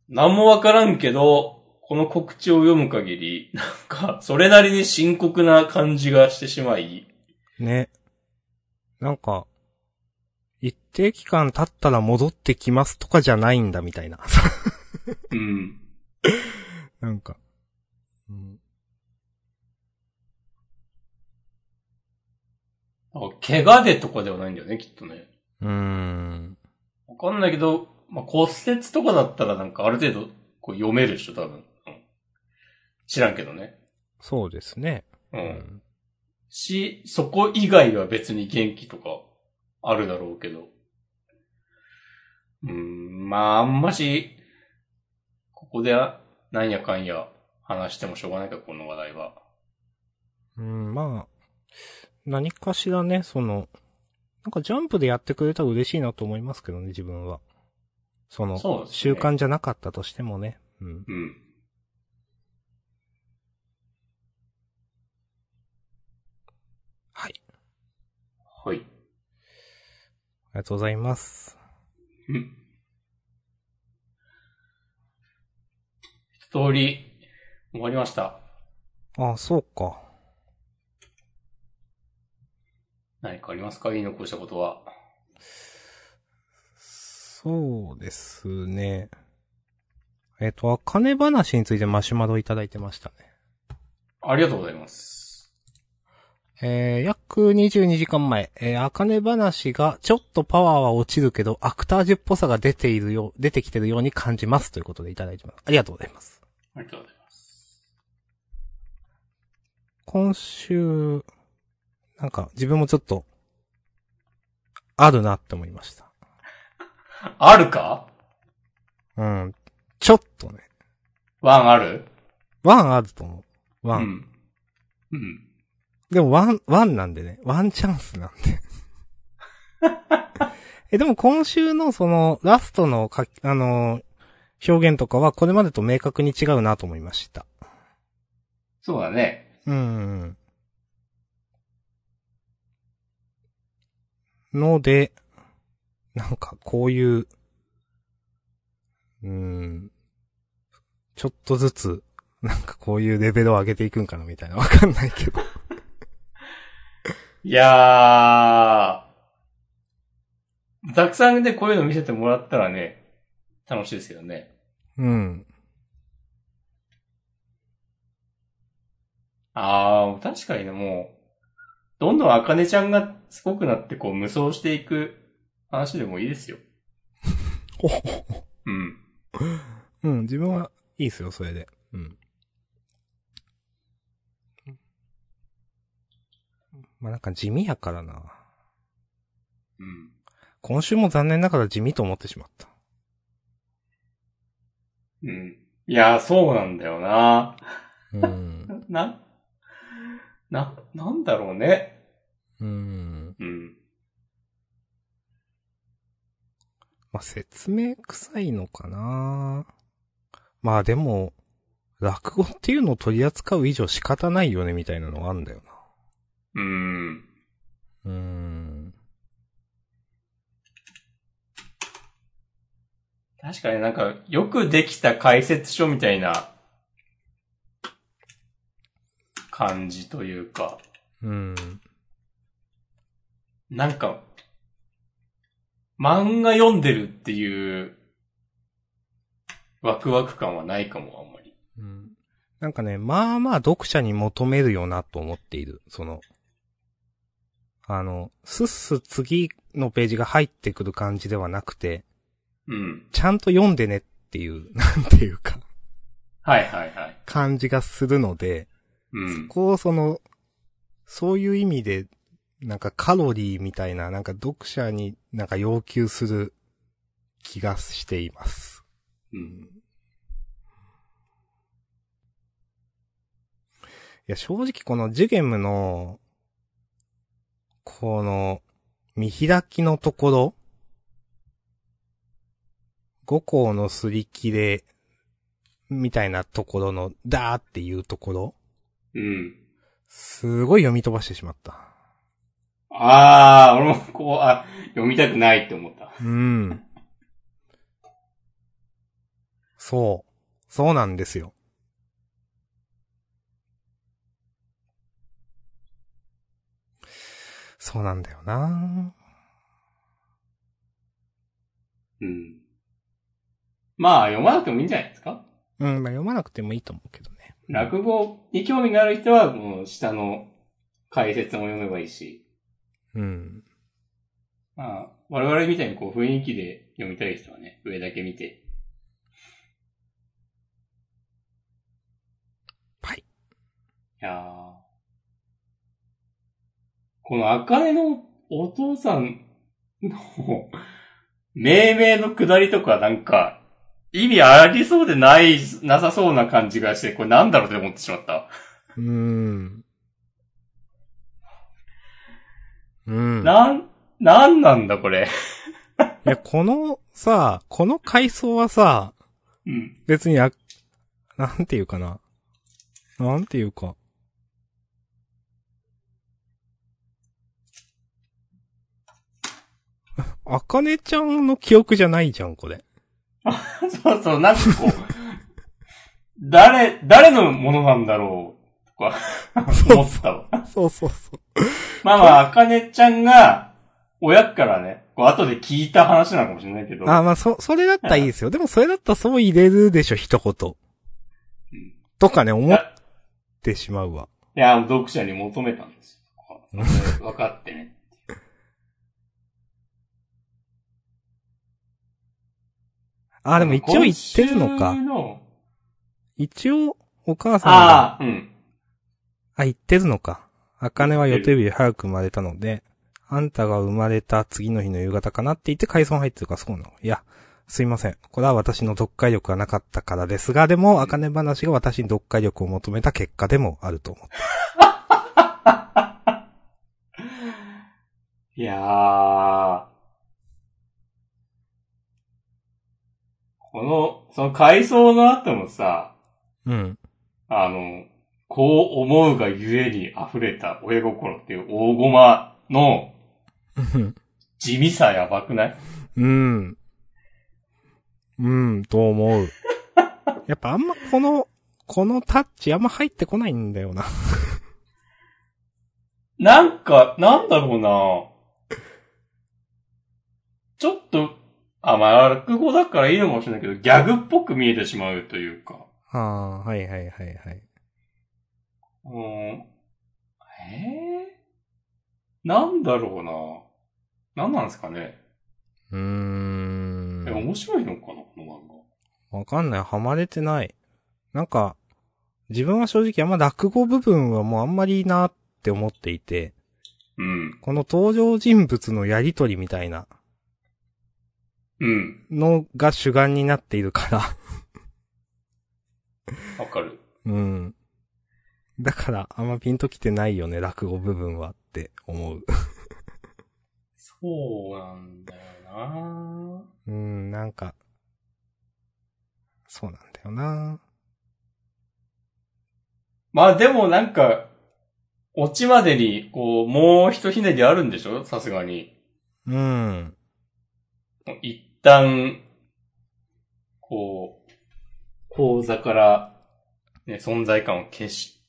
Speaker 1: なんもわからんけど、この告知を読む限り、なんか、それなりに深刻な感じがしてしまい、
Speaker 2: ね。なんか、一定期間経ったら戻ってきますとかじゃないんだみたいな。
Speaker 1: うん。
Speaker 2: なんか。うん。
Speaker 1: なんか怪我でとかではないんだよね、きっとね。
Speaker 2: うーん。
Speaker 1: わかんないけど、まあ、骨折とかだったらなんかある程度こう読めるでしょ、多分。うん、知らんけどね。
Speaker 2: そうですね。
Speaker 1: う。。
Speaker 2: うん
Speaker 1: し、そこ以外は別に元気とかあるだろうけど。うーん、まあ、あんまし、ここでなんやかんや話してもしょうがないか、この話題は。
Speaker 2: うん、まあ、何かしらね、その、なんかジャンプでやってくれたら嬉しいなと思いますけどね、自分は。その、
Speaker 1: そうですね
Speaker 2: 習慣じゃなかったとしてもね。うん。
Speaker 1: うん。
Speaker 2: はい。
Speaker 1: はい。
Speaker 2: ありがとうございます。
Speaker 1: うん。一通り終わりました。
Speaker 2: ああ、そうか。
Speaker 1: 何かありますか言い残したことは。
Speaker 2: そうですね。えっ、と、あかね話についてマシュマロいただいてましたね。
Speaker 1: ありがとうございます。
Speaker 2: えー、約22時間前、えー、あかね話がちょっとパワーは落ちるけど、アクタージュっぽさが出ているよう、出てきてるように感じますということでいただいてます。ありがとうございます。
Speaker 1: ありがとうございます。
Speaker 2: 今週、なんか自分もちょっと、あるなって思いました。
Speaker 1: あるか
Speaker 2: うん。ちょっとね。
Speaker 1: ワンある
Speaker 2: ワンあると思う。ワ
Speaker 1: う
Speaker 2: ン。
Speaker 1: ん。うん。
Speaker 2: でもワン、ワンなんでね。ワンチャンスなんで。 え、でも今週のその、ラストの書き、あのー表現とかはこれまでと明確に違うなと思いました。
Speaker 1: そうだね。
Speaker 2: うん。ので、なんかこういう、うん、ちょっとずつ、なんかこういうレベルを上げていくんかなみたいな。わかんないけど。
Speaker 1: いやー。たくさんでこういうの見せてもらったらね、楽しいですけどね。
Speaker 2: うん。
Speaker 1: あー、確かにね、もう、どんどんあかねちゃんがすごくなってこう無双していく話でもいいですよ。
Speaker 2: ほほほ
Speaker 1: うん。
Speaker 2: うん、自分はいいっすよ、それで。うん。まあなんか地味やからな。
Speaker 1: うん。
Speaker 2: 今週も残念ながら地味と思ってしまった。
Speaker 1: うん。いやー、そうなんだよな。
Speaker 2: うん。
Speaker 1: な、な、なんだろうね。
Speaker 2: うん。
Speaker 1: うん。
Speaker 2: まあ、説明臭いのかなまあでも、落語っていうのを取り扱う以上仕方ないよねみたいなのがあるんだよ
Speaker 1: うん。
Speaker 2: な。うん。
Speaker 1: 確かになんか、よくできた解説書みたいな感じというか、
Speaker 2: うん。
Speaker 1: なんか、漫画読んでるっていうワクワク感はないかも、あんまり。
Speaker 2: うん。なんかね、まあまあ読者に求めるよなと思っている。その、あの、すっす次のページが入ってくる感じではなくて、
Speaker 1: うん。
Speaker 2: ちゃんと読んでねっていう、 なんていうか、
Speaker 1: はいはいはい。
Speaker 2: 感じがするので、
Speaker 1: うん。
Speaker 2: こう、その、そういう意味で、なんかカロリーみたいな、なんか読者になんか要求する気がしています。
Speaker 1: うん。
Speaker 2: いや、正直このジュゲムの、この、見開きのところ、五項のすり切れ、みたいなところの、だーっていうところ、
Speaker 1: うん。
Speaker 2: すごい読み飛ばしてしまった。
Speaker 1: あー、俺もこう、あ、読みたくないって思った。
Speaker 2: うん。そう。そうなんですよ。そうなんだよな
Speaker 1: うん。まあ、読まなくてもいいんじゃないですか
Speaker 2: うん、まあ読まなくてもいいと思うけどね。
Speaker 1: 落語に興味がある人は、もう下の解説も読めばいいし、
Speaker 2: うん。
Speaker 1: まあ、我々みたいにこう雰囲気で読みたい人はね、上だけ見て。
Speaker 2: はい
Speaker 1: いやーこのあかねのお父さんの 命名の下りとかなんか、意味ありそうでない、なさそうな感じがして、これなんだろうって思ってしまった。
Speaker 2: うん。うん。
Speaker 1: なん、なんなんだこれ。
Speaker 2: いや、このさ、この階層はさ、
Speaker 1: うん。
Speaker 2: 別にあ、なんていうかな。なんていうか。 あかねちゃんの記憶じゃないじゃん、これ。
Speaker 1: そうそう、なんかこう、誰、誰のものなんだろうとか
Speaker 2: そう、
Speaker 1: 思ったわ。
Speaker 2: そうそうそう。
Speaker 1: まあまあ、あかねちゃんが、親からね、こう後で聞いた話なのかもしれないけど、
Speaker 2: あ、まあ、そ、それだったらいいですよ。でも、それだったらそう入れるでしょ、一言。
Speaker 1: ん
Speaker 2: とかね、思ってしまうわ。
Speaker 1: いや、読者に求めたんですよ。これ分かってね。
Speaker 2: あ、でも一応言ってるの
Speaker 1: 今
Speaker 2: か
Speaker 1: 週。の
Speaker 2: 一応、お母さんが、
Speaker 1: ああ、うん。
Speaker 2: あ、言ってるのか。あかねは予定日より早く生まれたので、あんたが生まれた次の日の夕方かなって言って回想入ってるからそうなの。いや、すいません。これは私の読解力がなかったからですが、でも、あかね話が私に読解力を求めた結果でもあると思って。
Speaker 1: いやー。この、その回想の後もさ、
Speaker 2: うん。
Speaker 1: あの、こう思うがゆえに溢れた親心っていう大駒の地味さやばくない
Speaker 2: うん。うん、と 思う。やっぱあんまこの、このタッチあんま入ってこないんだよな。
Speaker 1: なんか、なんだろうなちょっと、あ、まあ、落語だからいいのかもしれないけど、ギャグっぽく見えてしまうというか。
Speaker 2: ああ、はいはいはいはい。
Speaker 1: うーん。えー、なんだろうななんなんですかね
Speaker 2: うー
Speaker 1: え、
Speaker 2: ん。
Speaker 1: 面白いのかなこの漫画。
Speaker 2: わかんない。ハマれてない。なんか、自分は正直あんま落語部分はもうあんまりいいなって思っていて、
Speaker 1: うん。
Speaker 2: この登場人物のやりとりみたいな
Speaker 1: うん。
Speaker 2: のが主眼になっているから。
Speaker 1: わかる。
Speaker 2: うん。だからあんまピンときてないよね、落語部分はって思う。
Speaker 1: そうなんだよな
Speaker 2: うん、なんか、そうなんだよな
Speaker 1: まあでもなんか、オチまでに、こう、もう一ひねりあるんでしょさすがに。
Speaker 2: うん。
Speaker 1: 一旦、こう、講座から、ね、存在感を消し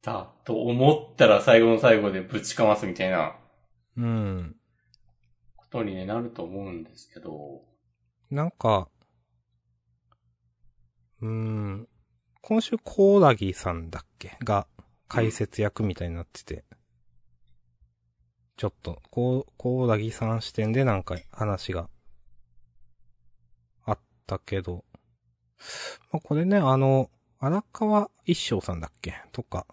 Speaker 1: たと思ったら最後の最後でぶちかますみたいな
Speaker 2: うん。
Speaker 1: ことにねなると思うんですけど。
Speaker 2: なんか、うーん、今週コーラギさんだっけが解説役みたいになってて、ちょっと、コー、コーラギさん視点でなんか話があったけど、まあ、これね、あの、荒川一生さんだっけとか、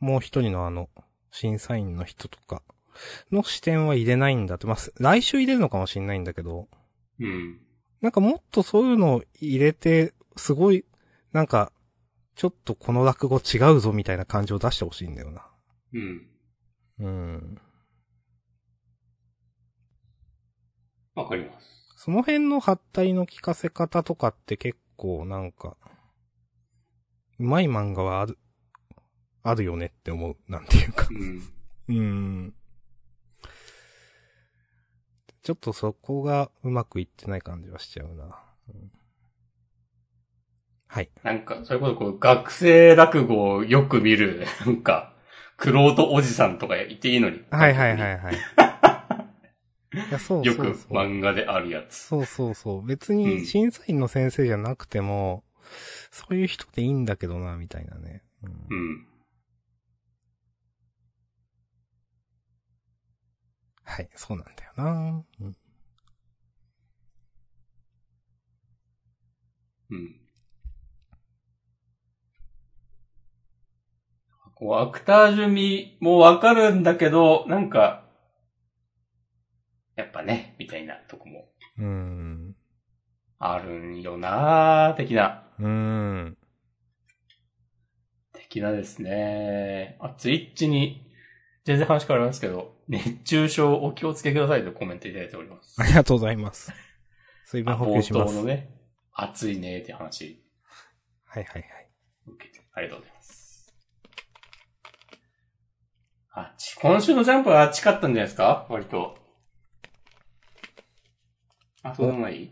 Speaker 2: もう一人のあの、審査員の人とか、の視点は入れないんだって、まあ、す来週入れるのかもしれないんだけど、
Speaker 1: うん。
Speaker 2: なんかもっとそういうのを入れて、すごい、なんか、ちょっとこの落語違うぞみたいな感じを出してほしいんだよな。
Speaker 1: うん。
Speaker 2: うん。
Speaker 1: わかります。
Speaker 2: その辺の発体の聞かせ方とかって結構なんか、うまい漫画はある、あるよねって思う、なんていうか
Speaker 1: う。ん。
Speaker 2: うん。ちょっとそこがうまくいってない感じはしちゃうな。うんはい。
Speaker 1: なんか、それこそこう、学生落語をよく見る、なんか、クロートおじさんとか言っていいのに。
Speaker 2: はいはいはいはい。いや、そう
Speaker 1: よ
Speaker 2: そ
Speaker 1: く
Speaker 2: うそう。
Speaker 1: 漫画であるやつ。
Speaker 2: そうそうそう。別
Speaker 1: う
Speaker 2: に
Speaker 1: ん
Speaker 2: 審査員の先生じゃなくても、そういう人でいいんだけどな、みたいなね。うん
Speaker 1: うん。
Speaker 2: はい、そうなんだよな、うん
Speaker 1: うん。こう、アクター準備もわかるんだけど、なんか、やっぱね、みたいなとこも
Speaker 2: うん。
Speaker 1: あるんよなー的な、
Speaker 2: うん。
Speaker 1: 的なですね。あ、ツイッチに、全然話変わりますけど、熱中症お気をつけくださいとコメントいただいております
Speaker 2: あ。りがとうございます。水分
Speaker 1: あ
Speaker 2: 補
Speaker 1: 冒
Speaker 2: 給しま
Speaker 1: 頭
Speaker 2: す。
Speaker 1: のね、暑いねーって話
Speaker 2: はいはいはい。
Speaker 1: 受けて、ありがとうございます。あ、ち、今週のジャンプはあっちかったんじゃないですか割と。あ、そうでもない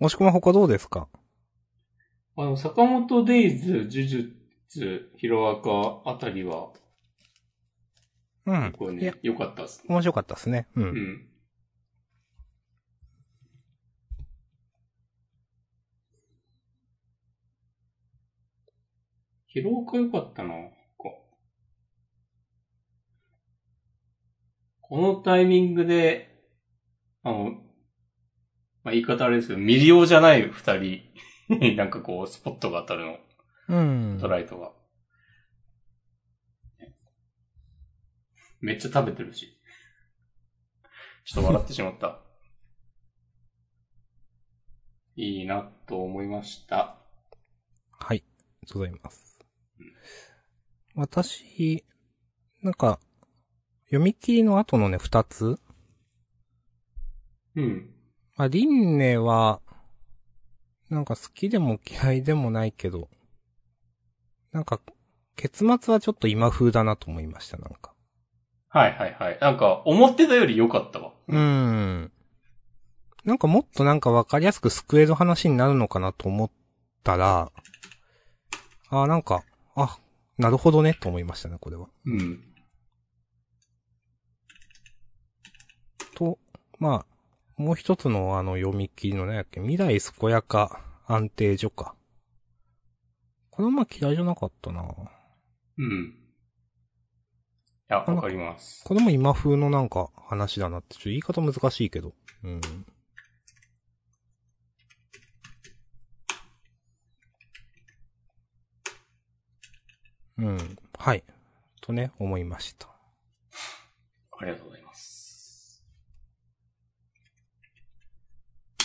Speaker 2: もしくは他どうですか
Speaker 1: あの、坂本デイズ、呪術、ヒロアカあたりは、
Speaker 2: うん。
Speaker 1: これ
Speaker 2: いや
Speaker 1: ね、良かったっすね。
Speaker 2: 面白かったですね。う。
Speaker 1: うんん。ヒロアカ良かったな。ここのタイミングで、あの、まあ、言い方あれですけど、ミリオじゃない二人になんかこう、スポットが当たるの、
Speaker 2: うん。
Speaker 1: トライトが。めっちゃ食べてるし。ちょっと笑ってしまった。 いいなと思いました。
Speaker 2: はい。ありがとうございます。私、なんか、読み切りの後のね、二つ。
Speaker 1: うん。
Speaker 2: まあ、リンネは、なんか好きでも嫌いでもないけど、なんか、結末はちょっと今風だなと思いました、なんか。
Speaker 1: はいはいはい。なんか、思ってたより良かったわ。
Speaker 2: うーん。なんかもっとなんかわかりやすく救える話になるのかなと思ったら、あーなんか、あ、なるほどね、と思いましたね、これは。
Speaker 1: うん。
Speaker 2: と、まあ、もう一つのあの読み切りのね、未来健やか安定所か。これはまあ嫌いじゃなかったな
Speaker 1: うん。や、わかります。
Speaker 2: これも今風のなんか話だなって、ちょっと言い方難しいけど。うん。うん。はい。とね、思いました。
Speaker 1: ありがとうございます。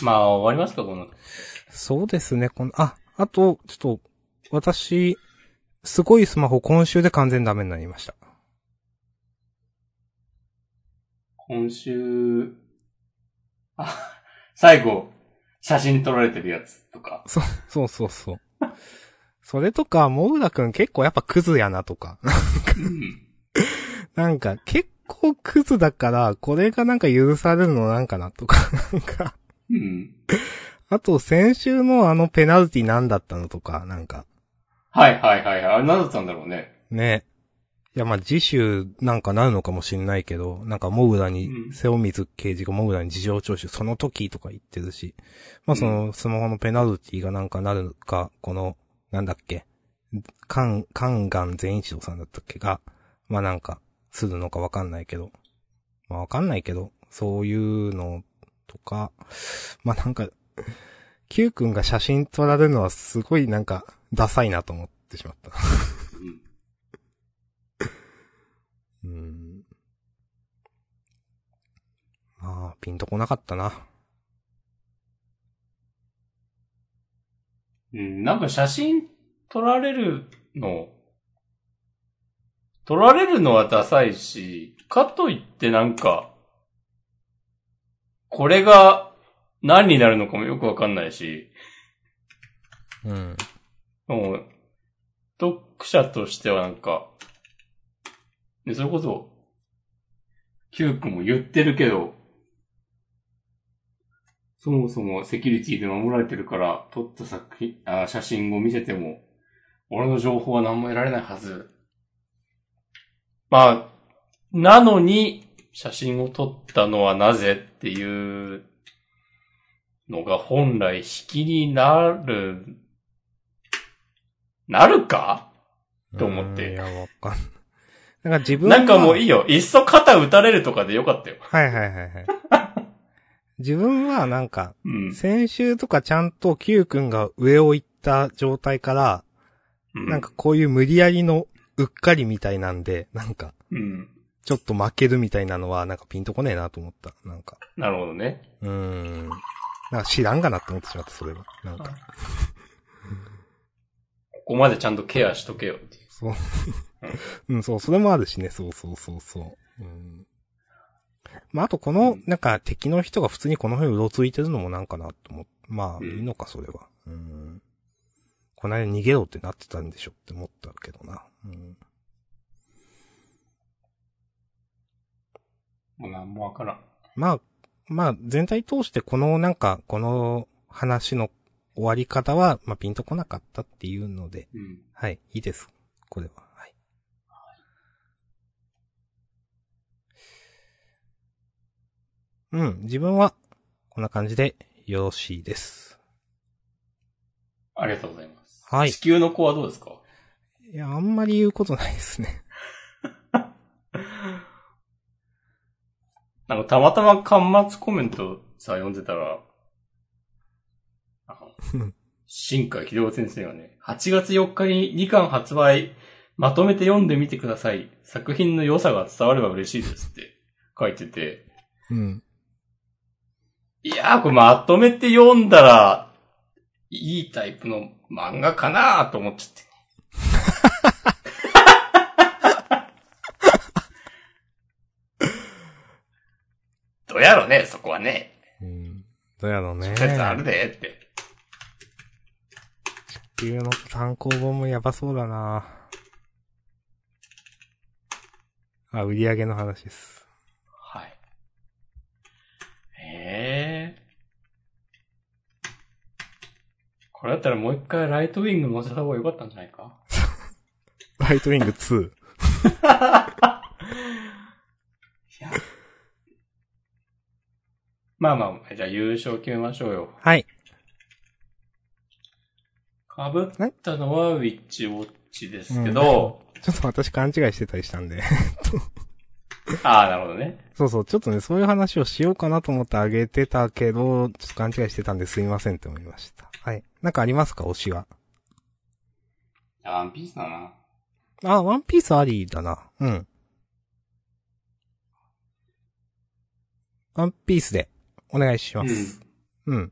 Speaker 1: まあ、終わりますか、こんなとこ。
Speaker 2: そうですね、この、あ、あと、ちょっと、私、すごいスマホ今週で完全ダメになりました。
Speaker 1: 今週、あ、 最後、写真撮られてるやつとか。
Speaker 2: そうそうそう。それとか、もう浦くん結構やっぱクズやなとか。
Speaker 1: うん。
Speaker 2: なんか、結構クズだから、これがなんか許されるのなんかなとか、 なんか、
Speaker 1: うん。
Speaker 2: あと先週のあのペナルティなんだったのとか、なんか、
Speaker 1: はいはいはいはい。あれ何だったんだろうね。
Speaker 2: ね。いや、まあ、次週なんかなるのかもしんないけど、なんか、モグラに、
Speaker 1: うん
Speaker 2: 瀬尾水刑事がモグラに事情聴取、その時とか言ってるし、まあ、その、スマホのペナルティがなんかなるか、この、なんだっけ、カン、カンガン善一郎さんだったっけが、まあ、なんか、するのかわかんないけど、まあ、わかんないけど、そういうのとか、まあ、なんか、Q 君が写真撮られるのはすごいなんか、ダサいなと思ってしまった。
Speaker 1: うん。
Speaker 2: うん。まあ、ピンとこなかったな。
Speaker 1: うん、なんか写真撮られるの、撮られるのはダサいし、かといってなんか、これが何になるのかもよくわかんないし、
Speaker 2: うん。
Speaker 1: もう、読者としてはなんか、ね、それこそ、Q 君も言ってるけど、そもそもセキュリティで守られてるから、撮った作品、あ写真を見せても、俺の情報は何も得られないはず。まあ、なのに、写真を撮ったのはなぜっていうのが本来引きになるなるかと思って
Speaker 2: うんいや、わかんない。なんか自分は
Speaker 1: なんかもういいよ。いっそ肩打たれるとかでよかったよ。
Speaker 2: はいはいはいはい。 自分はなんか、
Speaker 1: うん。
Speaker 2: 先週とかちゃんと Q 君が上を行った状態から、
Speaker 1: うん
Speaker 2: なんか、こういう無理やりのうっかりみたいなんで、なんか、
Speaker 1: うん。
Speaker 2: ちょっと負けるみたいなのは、なんかピンとこねえなと思った。なんか。
Speaker 1: なるほどね。
Speaker 2: うーん。なんか知らんがなって思ってしまった、それは。なんか。
Speaker 1: ここまでちゃんとケアしとけよっていう。
Speaker 2: そう。うん、そう、それもあるしね、そうそうそうそう。うん。まあ、あとこの、なんか敵の人が普通にこの辺うろついてるのもなんかなと思って、まあ、
Speaker 1: うん
Speaker 2: いいのか、それは。うん。この間逃げろってなってたんでしょって思ったけどな。うん。
Speaker 1: もうなんもわからん。
Speaker 2: まあ、まあ、全体通してこの、なんか、この話の終わり方は、まあ、ピンとこなかったっていうので、
Speaker 1: うん。
Speaker 2: はい、いいです。これは。はい。うん、自分は、こんな感じで、よろしいです。
Speaker 1: ありがとうございます。
Speaker 2: はい
Speaker 1: 地球の子はどうですか
Speaker 2: いや、あんまり言うことないですね。
Speaker 1: なんかたまたま端末コメントさ、読んでたら、あ
Speaker 2: う
Speaker 1: の
Speaker 2: ん
Speaker 1: 新海秀夫先生がね、8月4日に2巻発売、まとめて読んでみてください。作品の良さが伝われば嬉しいですって書いてて、
Speaker 2: うん。
Speaker 1: いやー、これまとめて読んだら、いいタイプの漫画かなーと思っちゃって。どうやろね、そこはね。
Speaker 2: うん。どうやろうね。
Speaker 1: 説あるでって。
Speaker 2: っていうの参考本もやばそうだなあ、売り上げの話です。
Speaker 1: はい。へえ。これだったらもう一回ライトウィング載せた方が良かったんじゃないか
Speaker 2: ライトウィング2。
Speaker 1: いや。まあまあ、じゃあ優勝決めましょうよ。
Speaker 2: はい。
Speaker 1: かぶったのはウィッチウォッチですけど、
Speaker 2: ちょっと私勘違いしてたりしたんで。
Speaker 1: ああ、なるほどね。
Speaker 2: そうそう、ちょっとね、そういう話をしようかなと思ってあげてたけど、ちょっと勘違いしてたんですいませんって思いました。はい。なんかありますか推しは。
Speaker 1: いやワンピースだな。
Speaker 2: あ、ワンピースありだな。うん。ワンピースで、お願いし
Speaker 1: う
Speaker 2: ま
Speaker 1: ん
Speaker 2: す。。うん。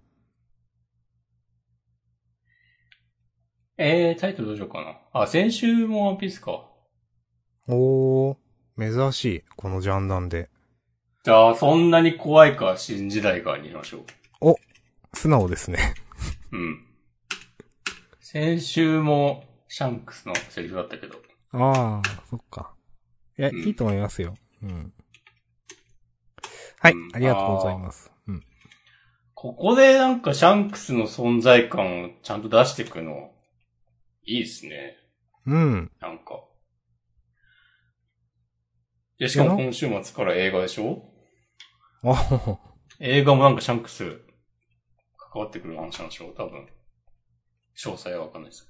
Speaker 1: えー、タイトルどうしようかな。あ、先週もワンピースか。
Speaker 2: おー、珍しい。このジャンダンで。
Speaker 1: じゃあ、そんなに怖いか信じないかにしましょう。
Speaker 2: 素直ですね。
Speaker 1: うん。先週も、シャンクスのセリフだったけど。
Speaker 2: あー、そっか。いや、
Speaker 1: うん
Speaker 2: いいと思いますよ。うん。はい
Speaker 1: うん、
Speaker 2: ありがとうございます。うん。
Speaker 1: ここでなんかシャンクスの存在感をちゃんと出していくの、いいですね。
Speaker 2: うん。
Speaker 1: なんか。で、しかも今週末から映画でしょ
Speaker 2: おー
Speaker 1: 映画もなんかシャンクス、関わってくる話なんでしょ多分。詳細はわかんないです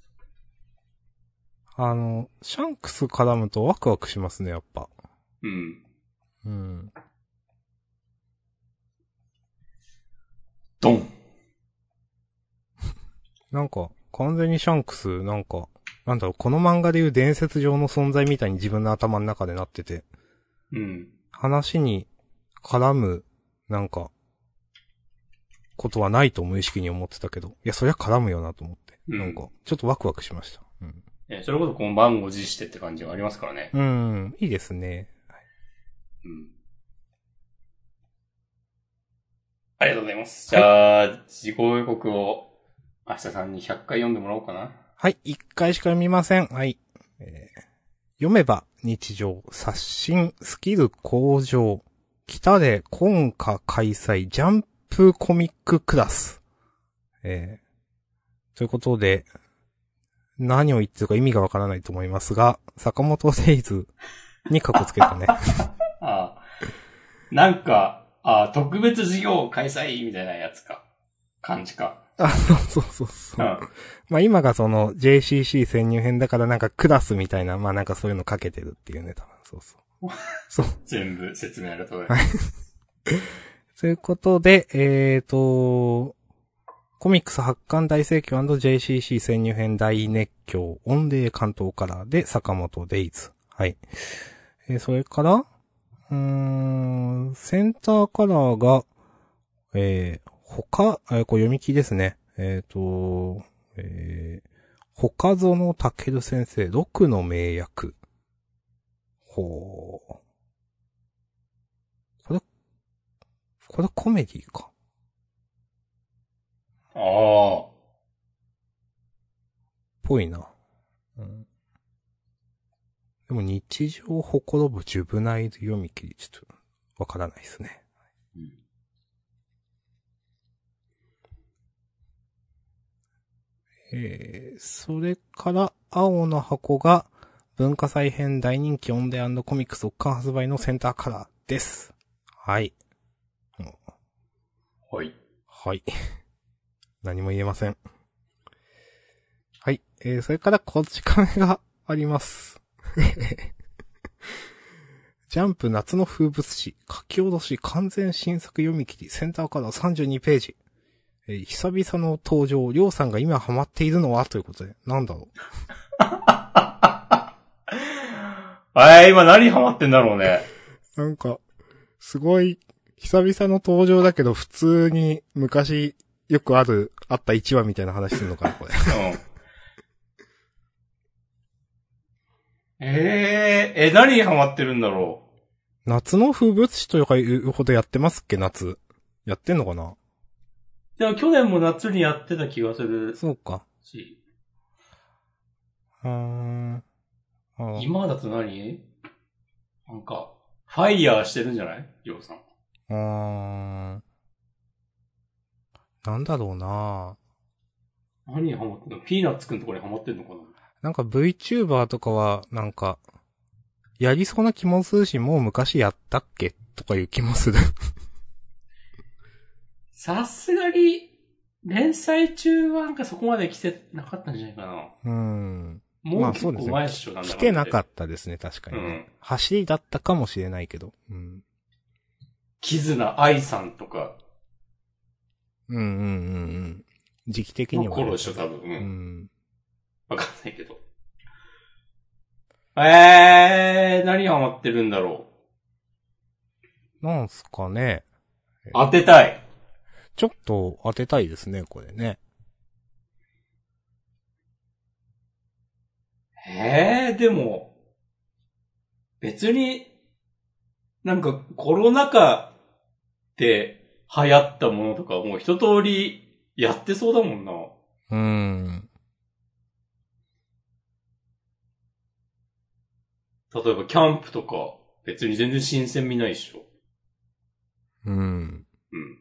Speaker 2: あの、シャンクス絡むとワクワクしますね、やっぱ。
Speaker 1: けど。うん。
Speaker 2: うん。
Speaker 1: ドン
Speaker 2: なんか、完全にシャンクス、なんか、なんだろう、この漫画でいう伝説上の存在みたいに自分の頭の中でなってて。
Speaker 1: うん。
Speaker 2: 話に絡む、なんか、ことはないと無意識に思ってたけど、いや、そりゃ絡むよなと思って。
Speaker 1: うん
Speaker 2: なんか、ちょっとワクワクしました。うん。
Speaker 1: え、それこそこの番号持してって感じがありますからね。
Speaker 2: うん、いいですね。
Speaker 1: うん。ありがとうございます。じゃあ、自己予告を、明日さんに100回読んでもらおうかな。
Speaker 2: はい、一回しか見ません。はい。えー読めば日常、刷新、スキル向上、北で今夏開催、ジャンプコミッククラス。えーということで、何を言ってるか意味がわからないと思いますが、坂本デイズにカッコつけたね。
Speaker 1: ああ。なんか、ああ、特別授業開催みたいなやつか。感じか。
Speaker 2: あ、そうそうそう
Speaker 1: う
Speaker 2: そう。
Speaker 1: ん。
Speaker 2: まあ今がその JCC 潜入編だからなんかクラスみたいな、まあなんかそういうのかけてるっていうね、多分そうそう。そう。
Speaker 1: 全部説明ありがとうございます。
Speaker 2: ということで、えーと、コミックス発刊大盛況 &JCC 潜入編大熱狂、オンデー関東カラーで坂本デイズ。はい。えーそれから、うーん、センターカラーが、えー他、えーこれ読み切りですね。えーと、えー、他園健先生、毒の名役。ほう。これコメディか。
Speaker 1: あ
Speaker 2: ぽいな。うん。でも日常ほころぶジュブナイル読み切り、ちょっとわからないですね。
Speaker 1: うん
Speaker 2: えー、それから、青の箱が、文化祭編大人気オンデーコミックス特刊発売のセンターカラーです。はい。
Speaker 1: あ。はい。
Speaker 2: はい。 何も言えません。はい。えー、それから、こち亀があります。 ジャンプ夏の風物詩、書き下ろし完全新作読み切り、センターカラー32ページ。えー久々の登場、りょうさんが今ハマっているのはということで、なんだろう。
Speaker 1: あい、今何ハマってんだろうね。
Speaker 2: なんか、すごい、久々の登場だけど、普通に昔よくある、あった1話みたいな話するのかな、これ。
Speaker 1: うん。えええ、何にハマってるんだろ
Speaker 2: 夏の風物詩とかいうほどやってますっけ、夏。やってんのかな
Speaker 1: う。でも去年も夏にやってた気がする
Speaker 2: そうか。
Speaker 1: し、
Speaker 2: うーん。あー
Speaker 1: 今だと何なんか、ファイヤーしてるんじゃないりょうさん。
Speaker 2: うーん。なんだろうな
Speaker 1: 何にハマってんのピーナッツくんとこにハマってんのかな
Speaker 2: なんか VTuber とかは、なんか、やりそうな気もするし、もう昔やったっけとかいう気 もする。
Speaker 1: さすがに、連載中はなんかそこまで来てなかったんじゃないかな。
Speaker 2: うーん。
Speaker 1: も
Speaker 2: ま
Speaker 1: う
Speaker 2: あ
Speaker 1: 結
Speaker 2: そうで
Speaker 1: 構
Speaker 2: すね
Speaker 1: 前っしょなんだ
Speaker 2: 来てなか
Speaker 1: っ
Speaker 2: ったですね、確か
Speaker 1: う
Speaker 2: にね。
Speaker 1: ん。
Speaker 2: 走りだったかもしれないけど。うん。
Speaker 1: キズナ愛さんとか、
Speaker 2: うんうんうんうん。時期的に
Speaker 1: の
Speaker 2: は。
Speaker 1: 頃でしょ、多分。う。
Speaker 2: うんん。
Speaker 1: わかんないけど。えー、何ハマってるんだろ
Speaker 2: なんすかね。
Speaker 1: う。当てたい。
Speaker 2: ちょっと当てたいですね、これね。
Speaker 1: えー、でも、別に、なんかコロナ禍で流行ったものとかもう一通りやってそうだもんな。
Speaker 2: うん。
Speaker 1: 例えばキャンプとか、別に全然新鮮味ないっしょ。
Speaker 2: うん。
Speaker 1: うん。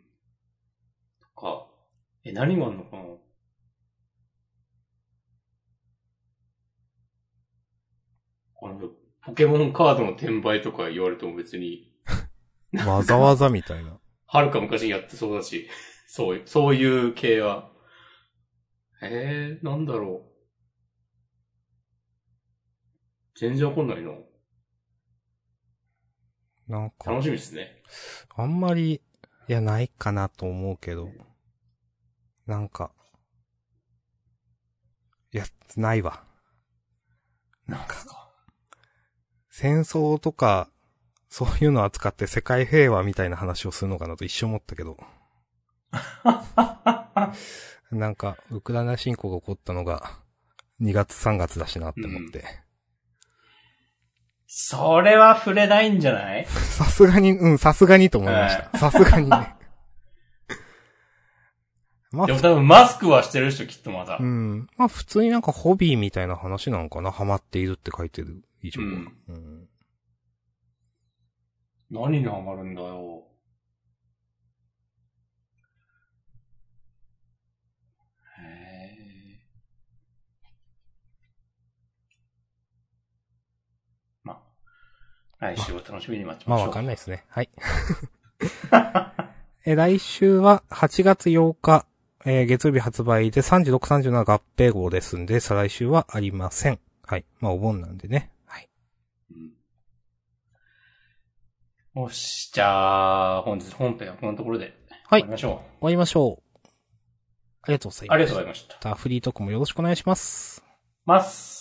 Speaker 1: とか、え、何があんのかなあの、ポケモンカードの転売とか言われても別に、
Speaker 2: わざわざみたいな。
Speaker 1: はるか昔にやってそうだし、 そういう、そういう系は。えー、なんだろう。全然わかんないな。
Speaker 2: なんか
Speaker 1: 楽、しみですね。
Speaker 2: あんまり、いや、ないかなと思うけど。なんか、いや、ないわ。
Speaker 1: なんか。
Speaker 2: 戦争とか、そういうのを扱って世界平和みたいな話をするのかなと一瞬思ったけど。なんか、ウクライナ侵攻が起こったのが、2月3月だしなって思って。
Speaker 1: それは触れないんじゃない
Speaker 2: さすがに、うん、さすがにと思いました。さすがに ね。まあ
Speaker 1: で、も多分マスクはしてる人きっとま だ。
Speaker 2: うん。まあ普通になんかホビーみたいな話なのかなハマっているって書いてる以上は。
Speaker 1: うん
Speaker 2: うん
Speaker 1: 何にハマるんだよ。へえ。ま、来週を楽しみに待ちま
Speaker 2: まあ
Speaker 1: しょう。
Speaker 2: わかんないですね。 はい。え、来週は8月8日、えー月曜日発売で36、37合併号ですんで、再来週はありません。はい。まあお盆なんでね。はい。
Speaker 1: うんよし、じゃあ、本日本編はこんなところで。
Speaker 2: は
Speaker 1: 終わ
Speaker 2: い
Speaker 1: りましょ。
Speaker 2: 終わりましょう。ありがとうございうます。
Speaker 1: ありがとうございました。
Speaker 2: また。フリートークもよろしくお願いします。
Speaker 1: ます。